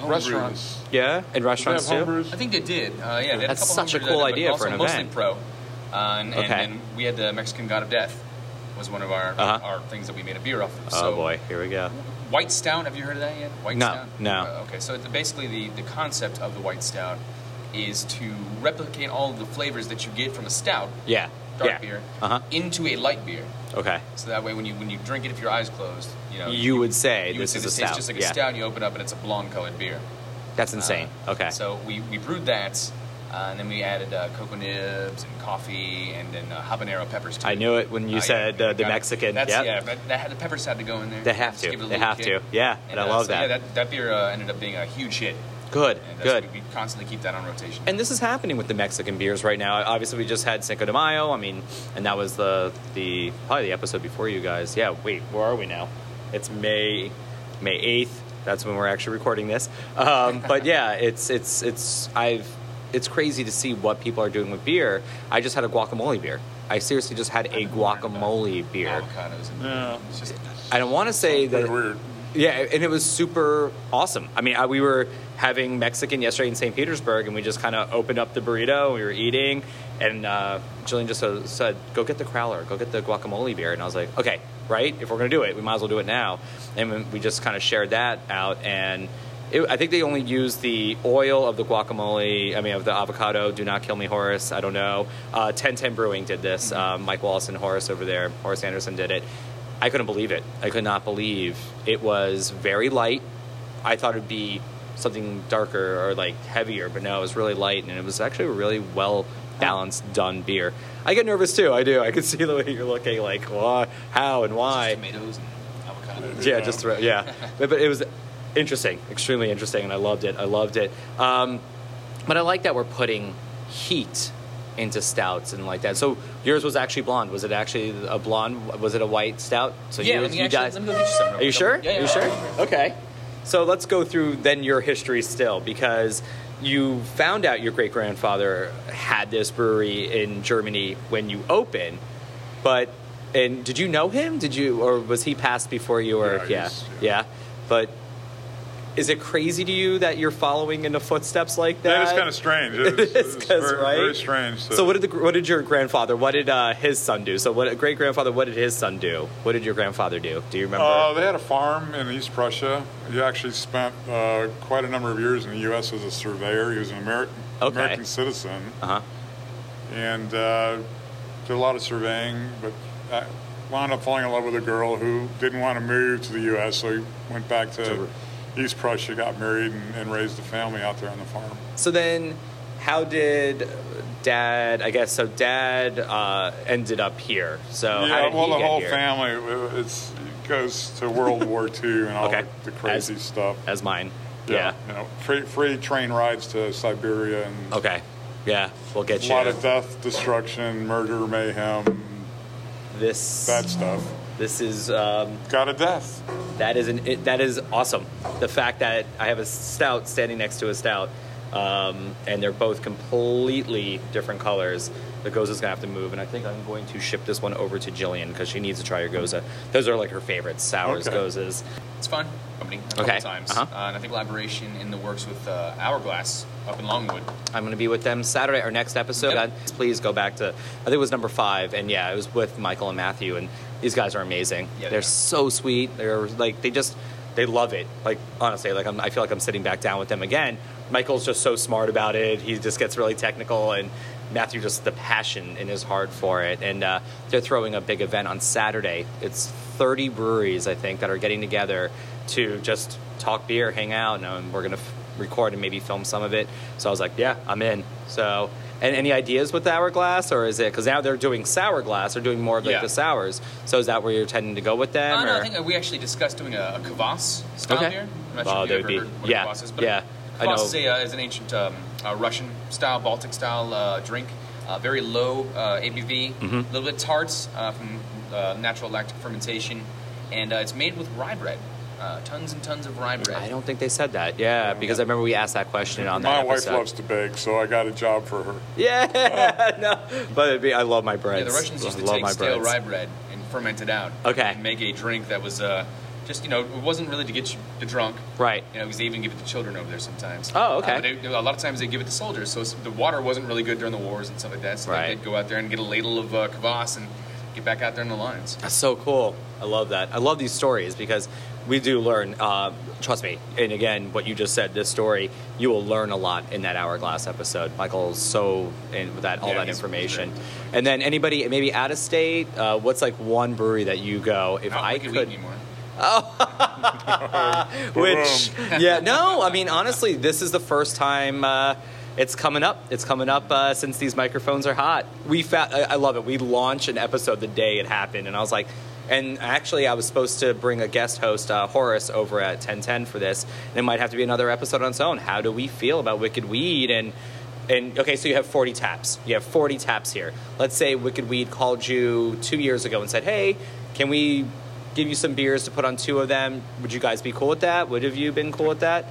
homebrew- Restaurants. yeah, and Do they have restaurants too. homebrews? I think they did. Uh, yeah, they had That's a couple such a homebrewers that cool did, but idea for also an mostly event. pro. Uh, and, and, Okay. and we had the Mexican God of Death was one of our Uh-huh. our things that we made a beer off of. Oh so boy, here we go. White Stout. Have you heard of that yet? White No, Stout. no. Uh, okay, so the, basically the the concept of the White Stout is to replicate all of the flavors that you get from a stout, Yeah. dark yeah. beer, Uh huh. into a light beer. Okay. So that way, when you when you drink it, if your eyes closed, you know You would say you would this say is this a tastes stout. just like a yeah. stout. and You open up and it's a blonde colored beer. That's insane. Uh, okay. So we, we brewed that, uh, and then we added uh, cocoa nibs and coffee, and then uh, habanero peppers. Too. I knew it when you Uh, said yeah, uh, the got it. Mexican. That's, yep. Yeah, but that had, the peppers had to go in there. They have Just to. give it a They little have kick. to. Yeah, and I uh, love so, that. Yeah, that, that beer uh, ended up being a huge hit. Good. And that's- Good. We, we constantly keep that on rotation. And this is happening with the Mexican beers right now. Obviously, we just had Cinco de Mayo. I mean, and that was the the probably the episode before you guys. Yeah. Wait, where are we now? It's May May eighth. That's when we're actually recording this. Um, but yeah, it's it's it's I've it's crazy to see what people are doing with beer. I just had a guacamole beer. I seriously just had a guacamole beer. avocados. And Yeah. It's just I don't want to say Pretty that weird. yeah, and it was super awesome. I mean, I, we were having Mexican yesterday in St. Petersburg, and we just kind of opened up the burrito. And we were eating, and uh, Jillian just uh, said, "Go get the crowler, go get the guacamole beer," and I was like, "Okay, right? If we're gonna do it, we might as well do it now." And we- we just kind of shared that out, and It, I think they only use the oil of the guacamole. I mean, of the avocado. Do not kill me, Horace. I don't know. Uh, 1010 Brewing did this. Um, Mike Wallace and Horace over there. Horace Anderson did it. I couldn't believe it. I could not believe it was very light. I thought it'd be something darker or like heavier, but no, it was really light, and it was actually a really well balanced, done beer. I get nervous too. I do. I can see the way you're looking, like why, how, and why tomatoes and avocado. yeah, Yeah. just throw, yeah. but, but it was interesting, extremely interesting, and I loved it. I loved it. Um, but I like that we're putting heat into stouts and like that. So yours was actually blonde. Was it actually a blonde? Was it a white stout? So yeah, yours, let me you actually, guys. let me go get you some. real Are you quick. sure? Yeah, yeah. Are you sure? Okay. So let's go through then your history still because you found out your great grandfather had this brewery in Germany when you opened, but and did you know him? Did you or was he passed before you or Yeah, he's- yeah. But is it crazy to you that you're following in the footsteps like that? That is kind of strange. It was, It is, it was 'cause, very, right? very strange. So what did the what did your grandfather? What did uh, his son do? So what great grandfather? What did his son do? What did your grandfather do? Do you remember? Uh, they had a farm in East Prussia. He actually spent uh, quite a number of years in the U.S. as a surveyor. He was an American Okay. American citizen, uh huh. and uh, did a lot of surveying. But I wound up falling in love with a girl who didn't want to move to the U.S., so he went back to To- East Prussia, got married, and, and raised a family out there on the farm. So then, how did dad? I guess so. Dad uh, ended up here. So Oh, how yeah, did well, he the get whole here? family. It's, it goes to World War II and all Okay. the, the crazy As- stuff. As mine. Yeah, Yeah. you know, free free train rides to Siberia and Okay. Yeah, we'll get a you lot of death, destruction, murder, mayhem, this. that stuff. This is um, Got a death. that is an it, that is awesome. The fact that I have a stout standing next to a stout, um, and they're both completely different colors. The goza's gonna have to move, and I think I'm going to ship this one over to Jillian because she needs to try your goza. Those are like her favorites, sours, Okay. gozas. It's fun. Company a Okay. couple times, Uh-huh. uh, and I think collaboration in the works with uh, Hourglass up in Longwood. I'm going to be with them Saturday, our next episode. Yep. Uh, Please go back to, I think it was number five. And yeah, it was with Michael and Matthew. And these guys are amazing. Yeah, they They're are. so sweet. They're like, they just, they love it. Like, honestly, like I'm, I feel like I'm sitting back down with them again. Michael's just so smart about it. He just gets really technical. And Matthew, just the passion in his heart for it. And uh, they're throwing a big event on Saturday. It's 30 breweries, I think, that are getting together to just talk beer, hang out, and um, we're gonna f- record and maybe film some of it. So I was like, yeah, I'm in. So, and any ideas with the hourglass, or is it because now they're doing sour glass, they're doing more of like Yeah. the sours. So is that where you're tending to go with them? Uh, no, or? I think uh, we actually discussed doing a, a kvass style Okay. beer. I'm Oh, not that sure would if be- you've ever heard what yeah, a kvass is, but yeah. I a know. kvass is, a, uh, is an ancient um, uh, Russian style, Baltic style uh, drink. Uh, very low uh, ABV, a Mm-hmm. little bit tart uh, from uh, natural lactic fermentation, and uh, it's made with rye bread. Uh, tons and tons of rye bread. I don't think they said that. Yeah, because I remember we asked that question on My that wife episode. loves to bake, so I got a job for her. Yeah, no, but it'd be, I love my breads. Yeah, the Russians used I to love take my stale breads. rye bread and ferment it out. Okay. And make a drink that was uh, just, you know, it wasn't really to get you to drunk. Right. You know, because they even give it to children over there sometimes. Oh, okay. Uh, but they, a lot of times they give it to soldiers. So s- the water wasn't really good during the wars and stuff like that. So Right. they'd go out there and get a ladle of uh, kvass and get back out there in the lines. That's so cool. I love that. I love these stories because we do learn. Uh, trust me. And again, what you just said, this story, you will learn a lot in that hourglass episode. Michael's so in with that all Yeah, that he's- information. he's and then anybody maybe out of state, uh, what's like one brewery that you go if Not I wicked could. wheat anymore. which yeah no i mean honestly this is the first time uh, it's coming up it's coming up uh, since these microphones are hot we fa- I, I love it we launch an episode the day it happened and i was like and actually i was supposed to bring a guest host uh, horace over at 1010 for this and it might have to be another episode on its own how do we feel about wicked weed and and okay, so you have 40 taps. You have 40 taps here. Let's say Wicked Weed called you two years ago and said, "Hey, can we give you some beers to put on two of them? Would you guys be cool with that? Would have you been cool with that?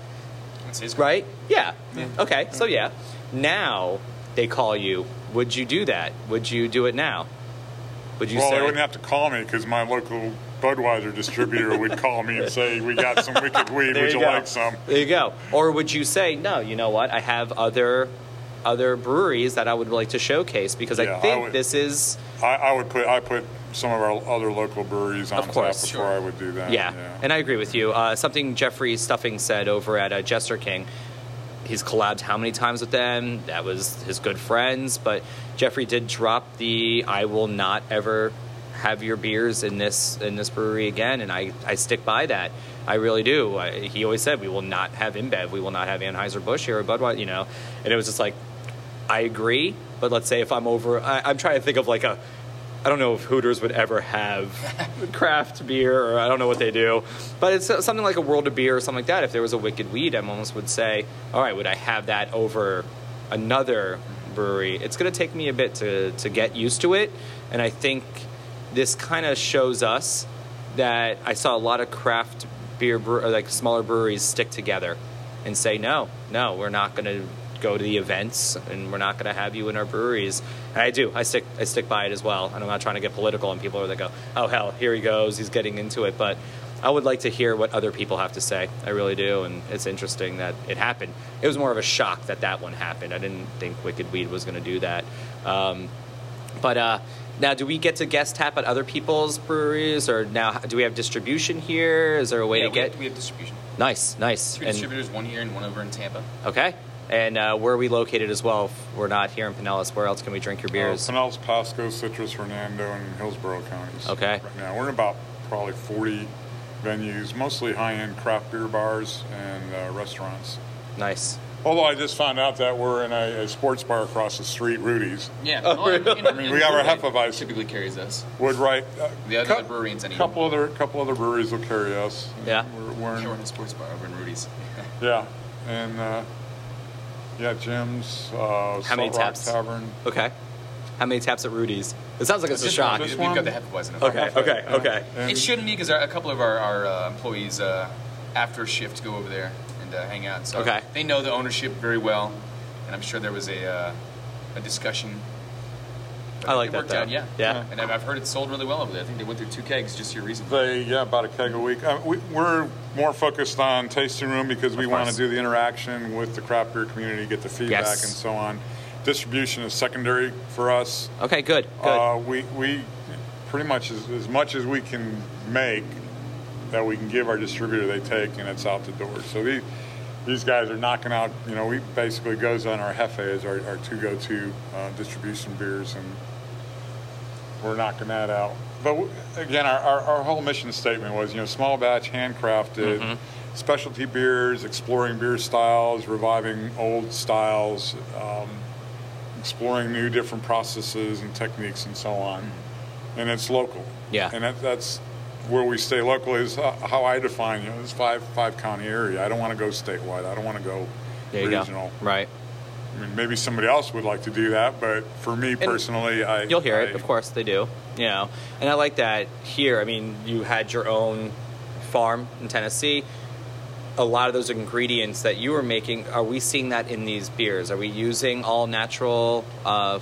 That's his Right? Yeah. Okay. So yeah, now they call you. Would you do that? Would you do it now? Would you well, say? they wouldn't have to call me because my local Budweiser distributor would call me and say, "We got some wicked weed. There Would you you go. like some?" There you go. Or would you say, no, you know what? I have other other breweries that I would like to showcase because Yeah, I I think would- this is I, I would put I put some of our other local breweries on Of course, tap before sure. I would do that. Yeah, and I agree with you. Uh, something Jeffrey Stuffing said over at uh, Jester King. He's collabed how many times with them? That was his good friends. But Jeffrey did drop the "I will not ever have your beers in this in this brewery again," and I I stick by that. I really do. I, he always said we will not have InBev, we will not have Anheuser Busch here or Budweiser, you know. And it was just like I agree, but let's say if I'm over, I, I'm trying to think of like a, I don't know if Hooters would ever have craft beer, or I don't know what they do, but it's uh, something like a World of Beer or something like that. If there was a Wicked Weed, I almost would say, all right, would I have that over another brewery? It's going to take me a bit to to get used to it, and I think this kind of shows us that I saw a lot of craft beer, bre- or like smaller breweries, stick together and say, no, no, we're not going to go to the events and we're not going to have you in our breweries. And I do. I stick. I stick by it as well. And I'm not trying to get political. And people are like, oh hell, here he goes. He's getting into it. But I would like to hear what other people have to say. I really do. And it's interesting that it happened. It was more of a shock that that one happened. I didn't think Wicked Weed was going to do that. Um, but uh, now, do we get to guest tap at other people's breweries, or now do we have distribution here? Is there a way yeah, to we, get have, we have distribution. nice, nice? Two And- distributors, one here and one over in Tampa. Okay. And uh, where are we located as well? If we're not here in Pinellas, where else can we drink your beers? Uh, Pinellas, Pasco, Citrus, Fernando, and Hillsborough counties. Okay. Right now, we're in about probably 40 venues, mostly high-end craft beer bars and uh, restaurants. nice. Although I just found out that we're in a, a sports bar across the street, Rudy's. Yeah. Oh, well, and- really? and- I mean, we and have our Woodwright Hefeweizen. Typically carries us. Woodwright. uh, The other cou- brewery in San Diego. couple other couple other breweries will carry us. Yeah. We're, we're Yeah, in- we're in a sports bar over in Rudy's. yeah, and uh, yeah, Jim's. Uh, How Salt many Rock taps? Tavern. Okay. How many taps at Rudy's? It sounds like it's a shock. We've This got one? the Hefeweizen. over Okay, there. okay, okay. And- It shouldn't be because a couple of our, our uh, employees uh, after shift go over there and uh, hang out. So Okay. they know the ownership very well, and I'm sure there was a uh, a discussion. But I like it that, worked though. Out, yeah, Yeah. And I've, I've heard it sold really well over there. I think they went through two kegs just here recently. They yeah, about a keg a week. Uh, we, we're more focused on tasting room because we Of want to course. do the interaction with the craft beer community, get the feedback, Yes. and so on. Distribution is secondary for us. Okay, good, good. Uh, we we pretty much as, as much as we can make that we can give our distributor, they take and it's out the door. So these these guys are knocking out. You know, we basically goes on our Hefe as our, our two go-to uh, distribution beers, and we're knocking that out. But w- again, our, our, our whole mission statement was, you know, small batch, handcrafted, Mm-hmm. specialty beers, exploring beer styles, reviving old styles, um, exploring new different processes and techniques and so on. And it's local. Mm-hmm. Yeah. And that, that's where we stay local is ho- how I define, you know, this five, five county area. I don't want to go statewide. I don't want to go there you regional. go. Right. I mean, maybe somebody else would like to do that, but for me personally, I. You'll hear it, I- of course they do. You know, and I like that here. I mean, you had your own farm in Tennessee. A lot of those ingredients that you were making, are we seeing that in these beers? Are we using all natural, uh,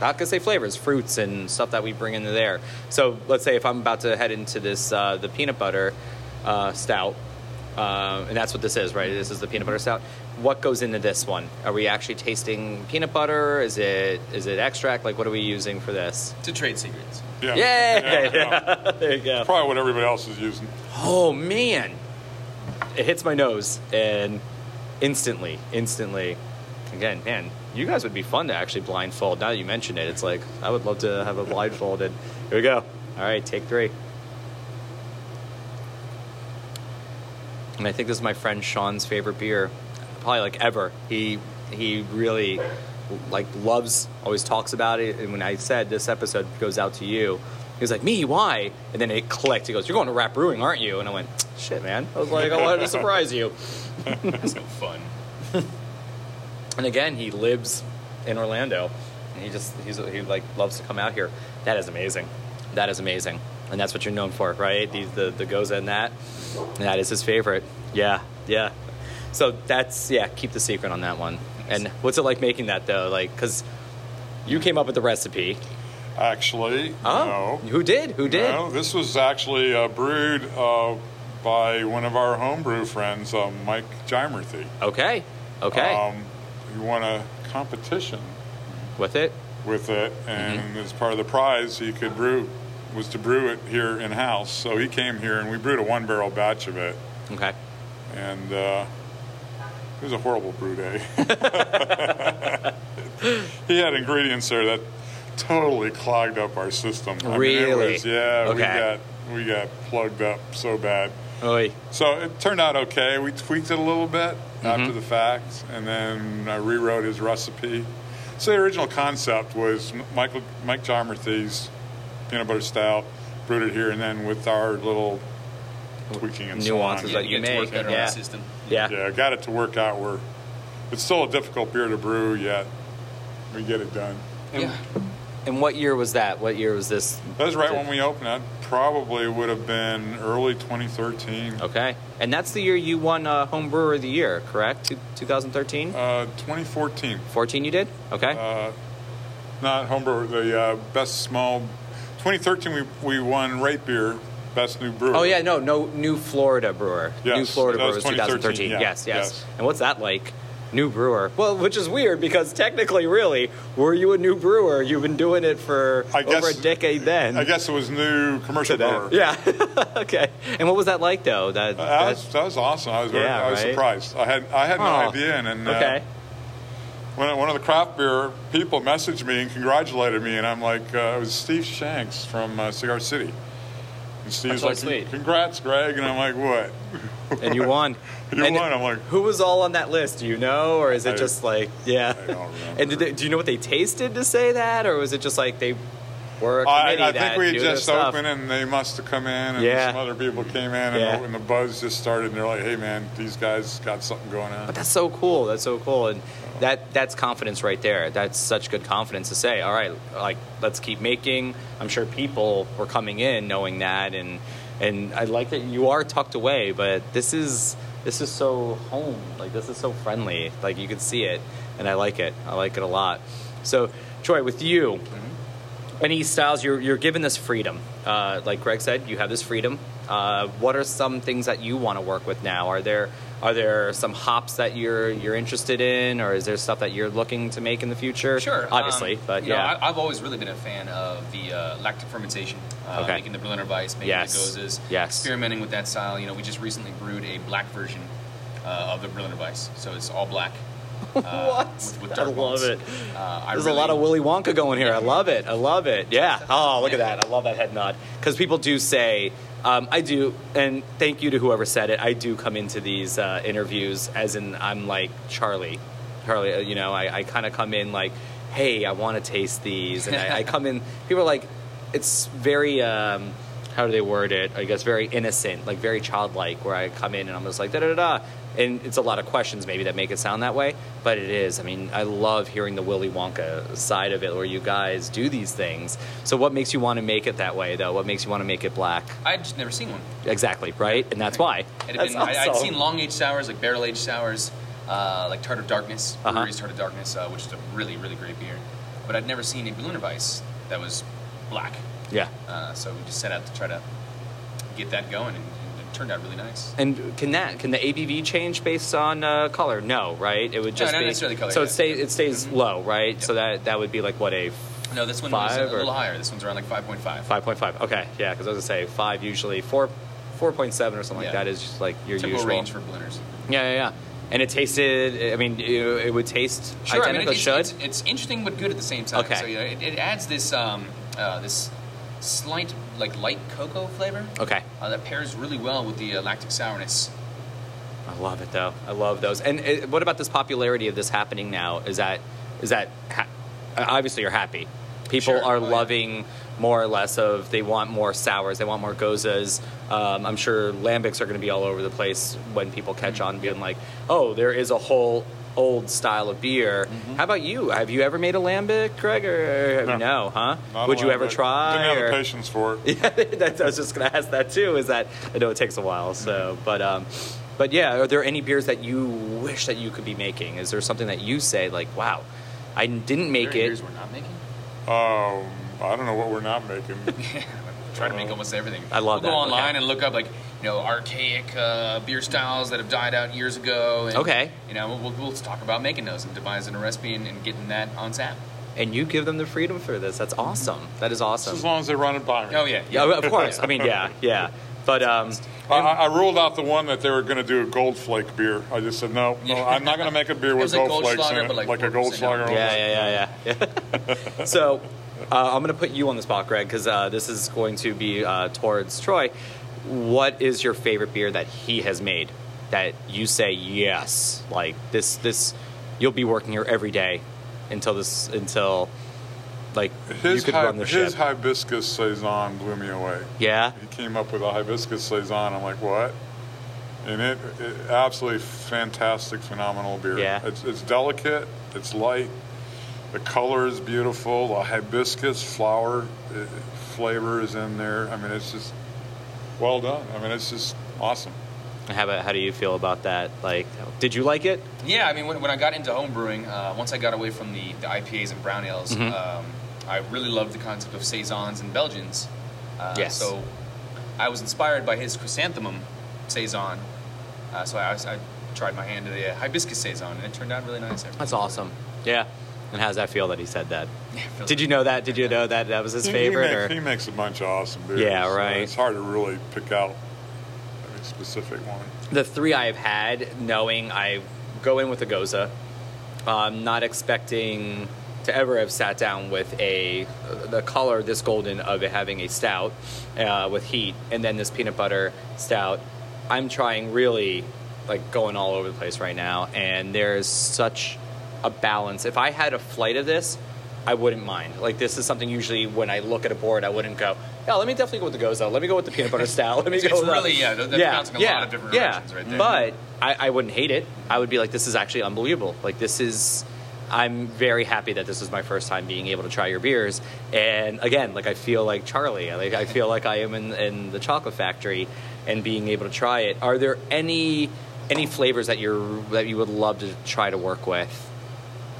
not gonna say flavors, fruits and stuff that we bring into there? So let's say if I'm about to head into this, uh, the peanut butter uh, stout, uh, and that's what this is, right? This is the peanut butter stout. What goes into this one? Are we actually tasting peanut butter? Is it is it extract? Like, what are we using for this? To trade secrets. Yeah. Yay! Yeah, yeah. there you go. Probably what everybody else is using. Oh man, it hits my nose and instantly, instantly. Again, man, you guys would be fun to actually blindfold. Now that you mention it, it's like I would love to have a blindfolded. Here we go. All right, take three. And I think this is my friend Sean's favorite beer, probably like ever. He he really like loves, always talks about it. And when I said this episode goes out to you, he was like, "Me? Why?" And then it clicked. He goes, "You're going to Rap Brewing, aren't you?" And I went, "Shit, man!" I was like, "I wanted to surprise you." That's no fun. And again, he lives in Orlando. And he just he's, he like loves to come out here. That is amazing. That is amazing. And that's what you're known for, right? These the the goza and that. And that is his favorite. Yeah, yeah. So that's yeah. Keep the secret on that one. And what's it like making that though? Like, cause you came up with the recipe. Actually, no. who did? Who did? No, this was actually uh, brewed uh, by one of our homebrew friends, uh, Mike Jimerthy. Okay, okay. Um, he won a competition with it. Mm-hmm. with it, and as part of the prize, he could brew was to brew it here in house. So he came here and we brewed a one barrel batch of it, Okay. and uh, it was a horrible brew day. he had ingredients there that totally clogged up our system. I mean, it Really? was- yeah, Okay. we got we got plugged up so bad. Oy. So it turned out okay. We tweaked it a little bit Mm-hmm. after the fact, and then I rewrote his recipe. So the original concept was M- Michael Mike Jomerthy's peanut butter stout, brewed it here, and then with our little tweaking and so on. Nuances Yeah, that you you get to work make. better on Yeah. the system. Yeah. yeah, got it to work out. Where it's still a difficult beer to brew, yet we get it done. Yeah. And what year was that? What year was this? That was right when we opened. That probably would have been early 2013. Okay. And that's the year you won uh, Home Brewer of the Year, correct? Two- 2013? Uh, 2014. 14 you did? Okay. uh, not homebrew, the uh, best small. 2013, we, we won Rate Beer, best new brewer. oh, yeah, no, no, New Florida Brewer. Yes, new Florida that Brewer was was 2013. 2013, yeah, Yes, yes, yes. And what's that like? New Brewer. Well, which is weird because technically, really, were you a new brewer? You've been doing it for I over guess- a decade then. I guess Uh, it was new commercial Then. brewer. Yeah. okay. And what was that like, though? That, That that- was, that was awesome. I was, very, Yeah, I was right? surprised. I had I had no Huh. idea, and, and uh, okay. one, one of the craft beer people messaged me and congratulated me, and I'm like, uh, it was Steve Shanks from uh, Cigar City. And Steve's what I like, see. congrats, Greg, and I'm like, what? And you won. You And won. I'm like- who was all on that list? Do you know, or is it I- just like, yeah? I don't remember. And did they, do you know what they tasted to say that, or was it just like they were a I, committee I that think we had knew their just stuff? opened and they must have come in and Yeah. some other people came in and, Yeah. the, and the buzz just started and they're like, hey man, these guys got something going on. But that's so cool. That's so cool, and that that's confidence right there. That's such good confidence to say. All right, like let's keep making. I'm sure people were coming in knowing that, and and I like that you are tucked away. But this is this is so home. Like this is so friendly. Like you can see it, and I like it. I like it a lot. So, Troy, with you. Any styles you're you're given this freedom, uh, like Greg said, you have this freedom. Uh, what are some things that you want to work with now? Are there are there some hops that you're you're interested in, or is there stuff that you're looking to make in the future? Sure. um, obviously, but you know, yeah, I, I've always really been a fan of the uh, lactic fermentation, uh, Okay. making the Berliner Weiss, making Yes. the Gozes, Yes. experimenting with that style. You know, we just recently brewed a black version uh, of the Berliner Weiss, so it's all black. Uh, What? With, with I dark love malts. it. Uh, I there's really- a lot of Willy Wonka going here. I love it. I love it. Yeah. Oh, look at that. I love that head nod because people do say. Um, I do, and thank you to whoever said it. I do come into these uh, interviews as in I'm like Charlie, Charlie. uh, You know, I, I kind of come in like, hey, I want to taste these, and I, I come in. People are like, it's very um, how do they word it? I guess very innocent, like very childlike, where I come in and I'm just like da da da. da. And it's a lot of questions maybe that make it sound that way, but it is. I mean, I love hearing the Willy Wonka side of it, where you guys do these things. So, what makes you want to make it that way, though? What makes you want to make it black? I'd just never seen one. Exactly, right? And that's why. It had That's been, I, I'd awesome. seen long aged sours, like barrel aged sours, uh, like Tart of Darkness, Uh-huh. breweries Tart of Darkness, uh, which is a really, really great beer. But I'd never seen a Berliner Weiss that was black. Yeah. Uh, so we just set out to try to get that going, and, and it turned out really nice. And can that can the ABV change based on uh, color? No, right? It would just not be necessarily color, So yeah. it Mm-hmm. stays it stays low, right? So that that would be like what a No, this one Five was a or- little higher. This one's around like 5.5. Five point five. Okay, yeah, because I was gonna say five usually four, four point seven or something like Yeah. that is just like your Typical usual. range for Berliners. Yeah, yeah, yeah. And it tasted. I mean, it, it would taste identical. it's, should It's, it's interesting but good at the same time. Okay. So you know, it, it adds this um, uh, this slight like light cocoa flavor okay. uh, that pairs really well with the uh, lactic sourness. I love it though. I love those. And uh what about this popularity of this happening now? Is that is that ha- uh, obviously you're happy? People Sure. are Oh, yeah. loving more or less of they want more sours, they want more gozas. Um, I'm sure lambics are going to be all over the place when people catch on, being like, "Oh, there is a whole." Old style of beer. How about you? Have you ever made a lambic, Greg? Or no, No. huh? Not Would you allowed, ever but try? Didn't have or- the patience for it. yeah, that's, I was just going to ask that too. Is that I know it takes a while, so but um, but yeah, are there any beers that you wish that you could be making? Is there something that you say like, wow, I didn't There make are beers it? we're not making. Um, I don't know what we're not making. Try to make almost everything. Oh. I love we'll that. Go online Okay. and look up like you know archaic uh, beer styles that have died out years ago. And, Okay. You know we'll, we'll talk about making those and devising a recipe and, and getting that on tap. and you give them the freedom for this. That's awesome. That is awesome. As long as they run it by me. Oh yeah, Yeah, of course. I mean, yeah, yeah. But um, I, I I ruled out the one that they were going to do a gold flake beer. I just said no, no Yeah. I'm not going to make a beer with was a gold, flakes in Goldschlager, it, but, like, like, a 4% Goldschlager. on it. yeah, yeah, yeah, yeah. so uh, I'm going to put you on the spot, Greg, because uh, this is going to be uh, towards Troy. What is your favorite beer that he has made that you say yes, like this? This you'll be working here every day until this until like you His, could hi- run the his ship. hibiscus saison blew me away. yeah, He came up with a hibiscus saison. I'm like, what? And it, it absolutely fantastic, phenomenal beer. Yeah. It's, it's delicate. It's light. The color is beautiful. The hibiscus flower uh, flavor is in there. I mean, it's just well done. I mean, it's just awesome. how about how do you feel about that? Like, did you like it? Yeah, I mean, when, when I got into home brewing, uh, once I got away from the, the IPAs and brown ales, Mhm. um, I really loved the concept of saisons and Belgians. Uh, Yes. So I was inspired by his chrysanthemum saison. Uh, so I, I tried my hand at the hibiscus saison, and it turned out really nice. That's awesome. Yeah. And how does that feel that he said that? Yeah, it feels Did you good. know that? Did you know that that was his He- favorite? He, or? makes, he makes a bunch of awesome beers. Yeah, so right. It's hard to really pick out a specific one. the three I've had, knowing I go in with a Goza, um, not expecting to ever have sat down with a the color this golden of it having a stout uh, with heat, and then this peanut butter stout. I'm trying really like going all over the place right now, and there's such a balance. If I had a flight of this, I wouldn't mind. Like this is something usually when I look at a board, I wouldn't go. Yeah, let me definitely go with the goza. Let me go with the peanut butter stout. Let me It's- go. it's with the-" really- yeah, that- that's bouncing a lot of different directions right there. But I, I wouldn't hate it. I would be like, this is actually unbelievable. Like this is. I'm very happy that this was my first time being able to try your beers, and again, like I feel like Charlie, like I feel like I am in, in the chocolate factory, and being able to try it. Are there any any flavors that you're that you would love to try to work with?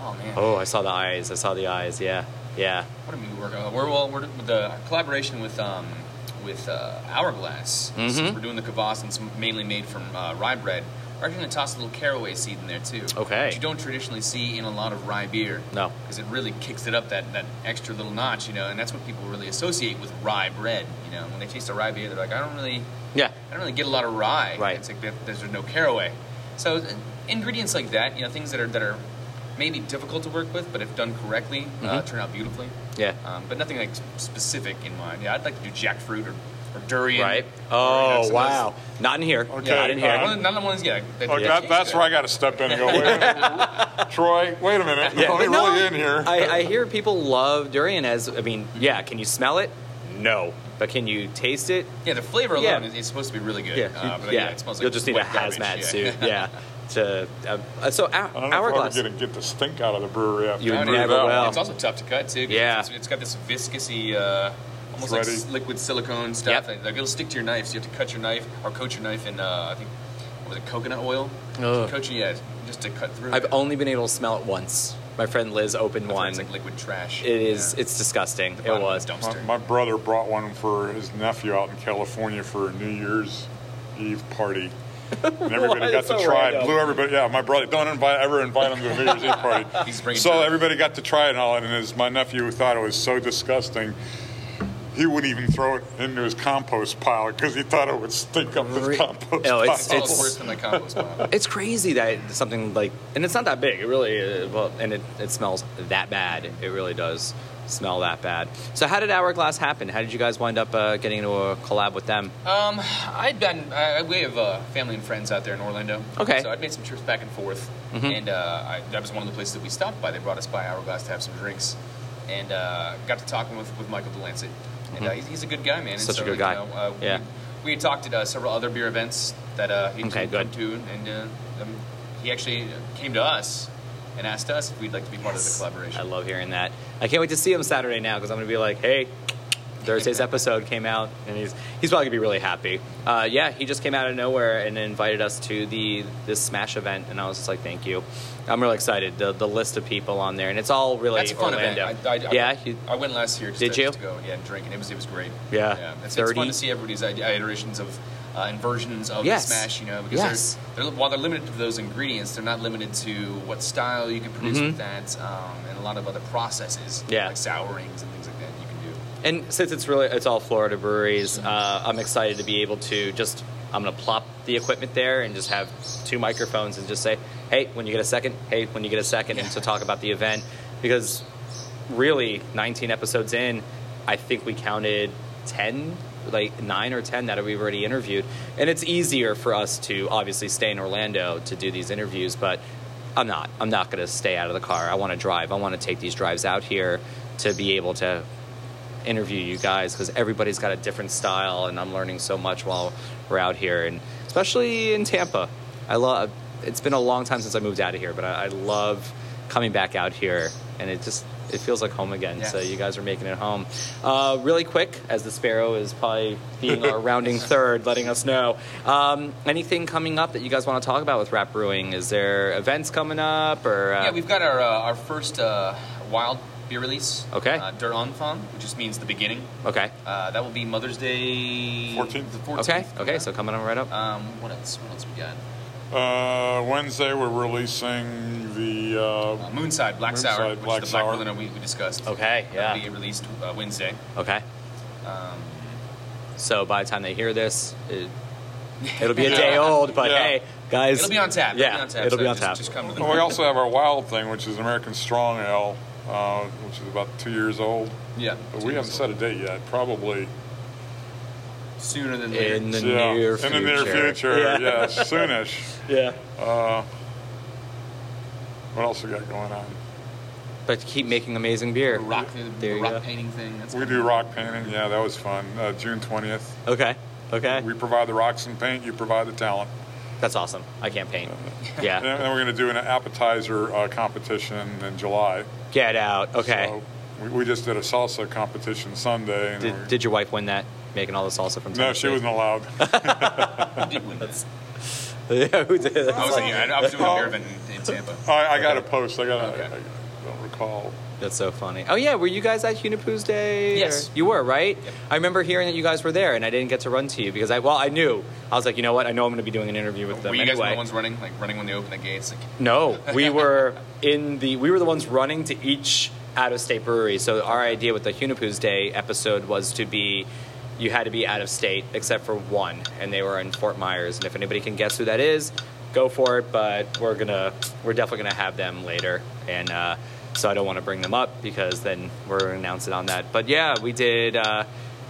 Oh man. Oh, I saw the eyes. I saw the eyes. Yeah, yeah. What did we work on? We're, well, we're with the collaboration with um, with uh, Hourglass. Since Mhm. we're doing the kvass, and it's mainly made from uh, rye bread. We're actually going to toss a little caraway seed in there too. Okay. Which you don't traditionally see in a lot of rye beer. No. Because it really kicks it up that, that extra little notch, you know, and that's what people really associate with rye bread. You know, when they taste a rye beer, they're like, I don't really Yeah. I don't really get a lot of rye. Right. It's like there- there's no caraway. So uh, ingredients like that, you know, things that are that are maybe difficult to work with, but if done correctly, uh, Mhm. turn out beautifully. Yeah. Um, but nothing like s- specific in mind. Yeah, I'd like to do jackfruit or, or durian. Right. Or, you know, Oh some of those- wow. Not in here. Okay, Not in here. uh, One of the- none of the ones, yeah. that- Okay, yeah, Oh, that, that's where I got to step in and go, wait a minute, Troy, wait a minute. Yeah, Are we but no, really in here? I, I hear people love durian as I mean, yeah. Can you smell it? No, but can you taste it? Yeah, the flavor Yeah. alone is, is supposed to be really good. Yeah, Uh, but, yeah. it smells like You'll just need a wet garbage, hazmat yeah. suit. Yeah. to uh, so our, I don't know if hourglass. I'm going to get the stink out of the brewery after You I No, would brew it is. never that will. It's also tough to cut too. 'cause Yeah. it's, it's got this viscousy, uh, almost like Thready. s- liquid silicone stuff. Yep. Like it'll stick to your knife. So you have to cut your knife or coat your knife in, uh, I think, what was it coconut oil? Ugh. Coat your yeah, just to cut through. I've it. only been able to smell it once. My friend Liz opened That's why one. It's like liquid trash. it is. Yeah. It's disgusting. It Bottom of was. the one. dumpster. My, my brother brought one for his nephew out in California for a New Year's Eve party. And everybody got That's to so try it. random. Blew everybody. Yeah, my brother. Don't invite ever invite him to a New Year's Eve party. He's bringing So dirt. everybody got to try it and all, and his, my nephew thought it was so disgusting. He wouldn't even throw it into his compost pile because he thought it would stink up his Re- compost No, pile. It's, it's- almost worse than my compost pile. It's crazy that something like, and it's not that big. It really, uh, well, and it, it smells that bad. It really does smell that bad. So, how did Hourglass happen? How did you guys wind up uh, getting into a collab with them? Um, I'd been. I, we have uh, family and friends out there in Orlando. Okay. So I'd made some trips back and forth, Mhm. and uh, I, that was one of the places that we stopped by. They brought us by Hourglass to have some drinks, and uh, got to talking with, with Michael Delancey, and uh, he's, he's a good guy, man. Mm-hmm. And Such a so, good like, guy. You know, uh, we- Yeah. We, had talked at uh, several other beer events that uh, he Okay, come good. to, and uh, um, he actually came to us and asked us if we'd like to be part of the collaboration. I love hearing that. I can't wait to see him Saturday now because I'm going to be like, hey, Thursday's episode came out, and he's he's probably gonna be really happy. Uh, yeah, he just came out of nowhere and invited us to the this Smash event, and I was just like, thank you. I'm really excited. The the list of people on there, and it's all really That's a fun Orlando. event. I, I, I, yeah, you- I went last year. Just Did to, you? Just to go, yeah, and drink, and it was it was great. Yeah. It's, it's 30. fun to see everybody's ide- iterations of uh, inversions of Yes. the Smash. You know, because Yes. they're, they're, while they're limited to those ingredients, they're not limited to what style you can produce with that, um, and a a lot of other processes, Mm-hmm. Yeah. like sourings and things like that you can do. And since it's really it's all Florida breweries, uh, I'm excited to be able to just I'm gonna plop the equipment there and just have two microphones and just say, hey, when you get a second, hey, when you get a second, and to talk about the event because really 19 episodes in, I think we counted 10, like nine or 10 that we've already interviewed, and it's easier for us to obviously stay in Orlando to do these interviews, but I'm not. I'm not going to stay out of the car. I want to drive. I want to take these drives out here to be able to interview you guys because everybody's got a different style, and I'm learning so much while we're out here, and especially in Tampa. I love. It's been a long time since I moved out of here, but I, I love coming back out here, and it just it feels like home again. So Yes. you guys are making it home. Uh, really quick, as the sparrow is probably being our rounding third, letting us know um, anything coming up that you guys want to talk about with Rap Brewing. Is there events coming up or? Uh, yeah, we've got our uh, our first uh, wild beer release. Okay. Uh, Der Anfang, which just means the beginning. okay. Uh, that will be Mother's Day. 14th. The 14th. Okay. Okay. So coming on right up. Um, what else? What else we got? Uh, Wednesday, we're releasing the. Uh, Uh, Moonside Black Sour, Moonside which Black is the Black Sour. Berliner we, we discussed. Okay. That'll be Yeah. released uh, Wednesday. Okay. Um, So by the time they hear this, it, it'll be a day old. But Yeah. hey, guys, it'll be on tap. Yeah, it'll be on tap. it'll so be on just, tap. Just come to the and we also have our Wild thing, which is an American Strong Ale, uh, which is about two years old. yeah. But we haven't set a date yet. Probably sooner than later. in the yeah, near in future. the near future. Yeah, soonish. yeah. Uh, what else we got going on? But keep making amazing beer. The rock, There the you rock go. painting thing. That's We cool. do rock painting. Yeah, that was fun. Uh, June twentieth. Okay. Okay. We provide the rocks and paint. You provide the talent. That's awesome. I can't paint. And Yeah. then we're going to do an appetizer uh, competition in July. Get out. Okay. So we, we just did a salsa competition Sunday. And we're- did, did your wife win that? Making all the salsa from no, she wasn't allowed. I did win that. yeah, who did? I was, thinking, I, I was doing Oh. a beer event in, in Tampa. I, I got a post. I got. Okay. I, I don't recall. That's so funny. Oh yeah, were you guys at Hunipoo's Day? Yes. you were, right? Yep. I remember hearing that you guys were there, and I didn't get to run to you because I well, I knew. I was like, you know what? I know I'm going to be doing an interview with them Were you guys anyway. the ones running, like running when they open the gates? Like, No, we were in the we were the ones running to each out of state brewery. So our idea with the Hunipoo's Day episode was to be you had to be out of state except for one, and they were in Fort Myers. And if anybody can guess who that is, go for it. But we're gonna we're definitely gonna have them later, and uh, so I don't want to bring them up because then we're gonna announce it on that. But yeah, we did. Uh,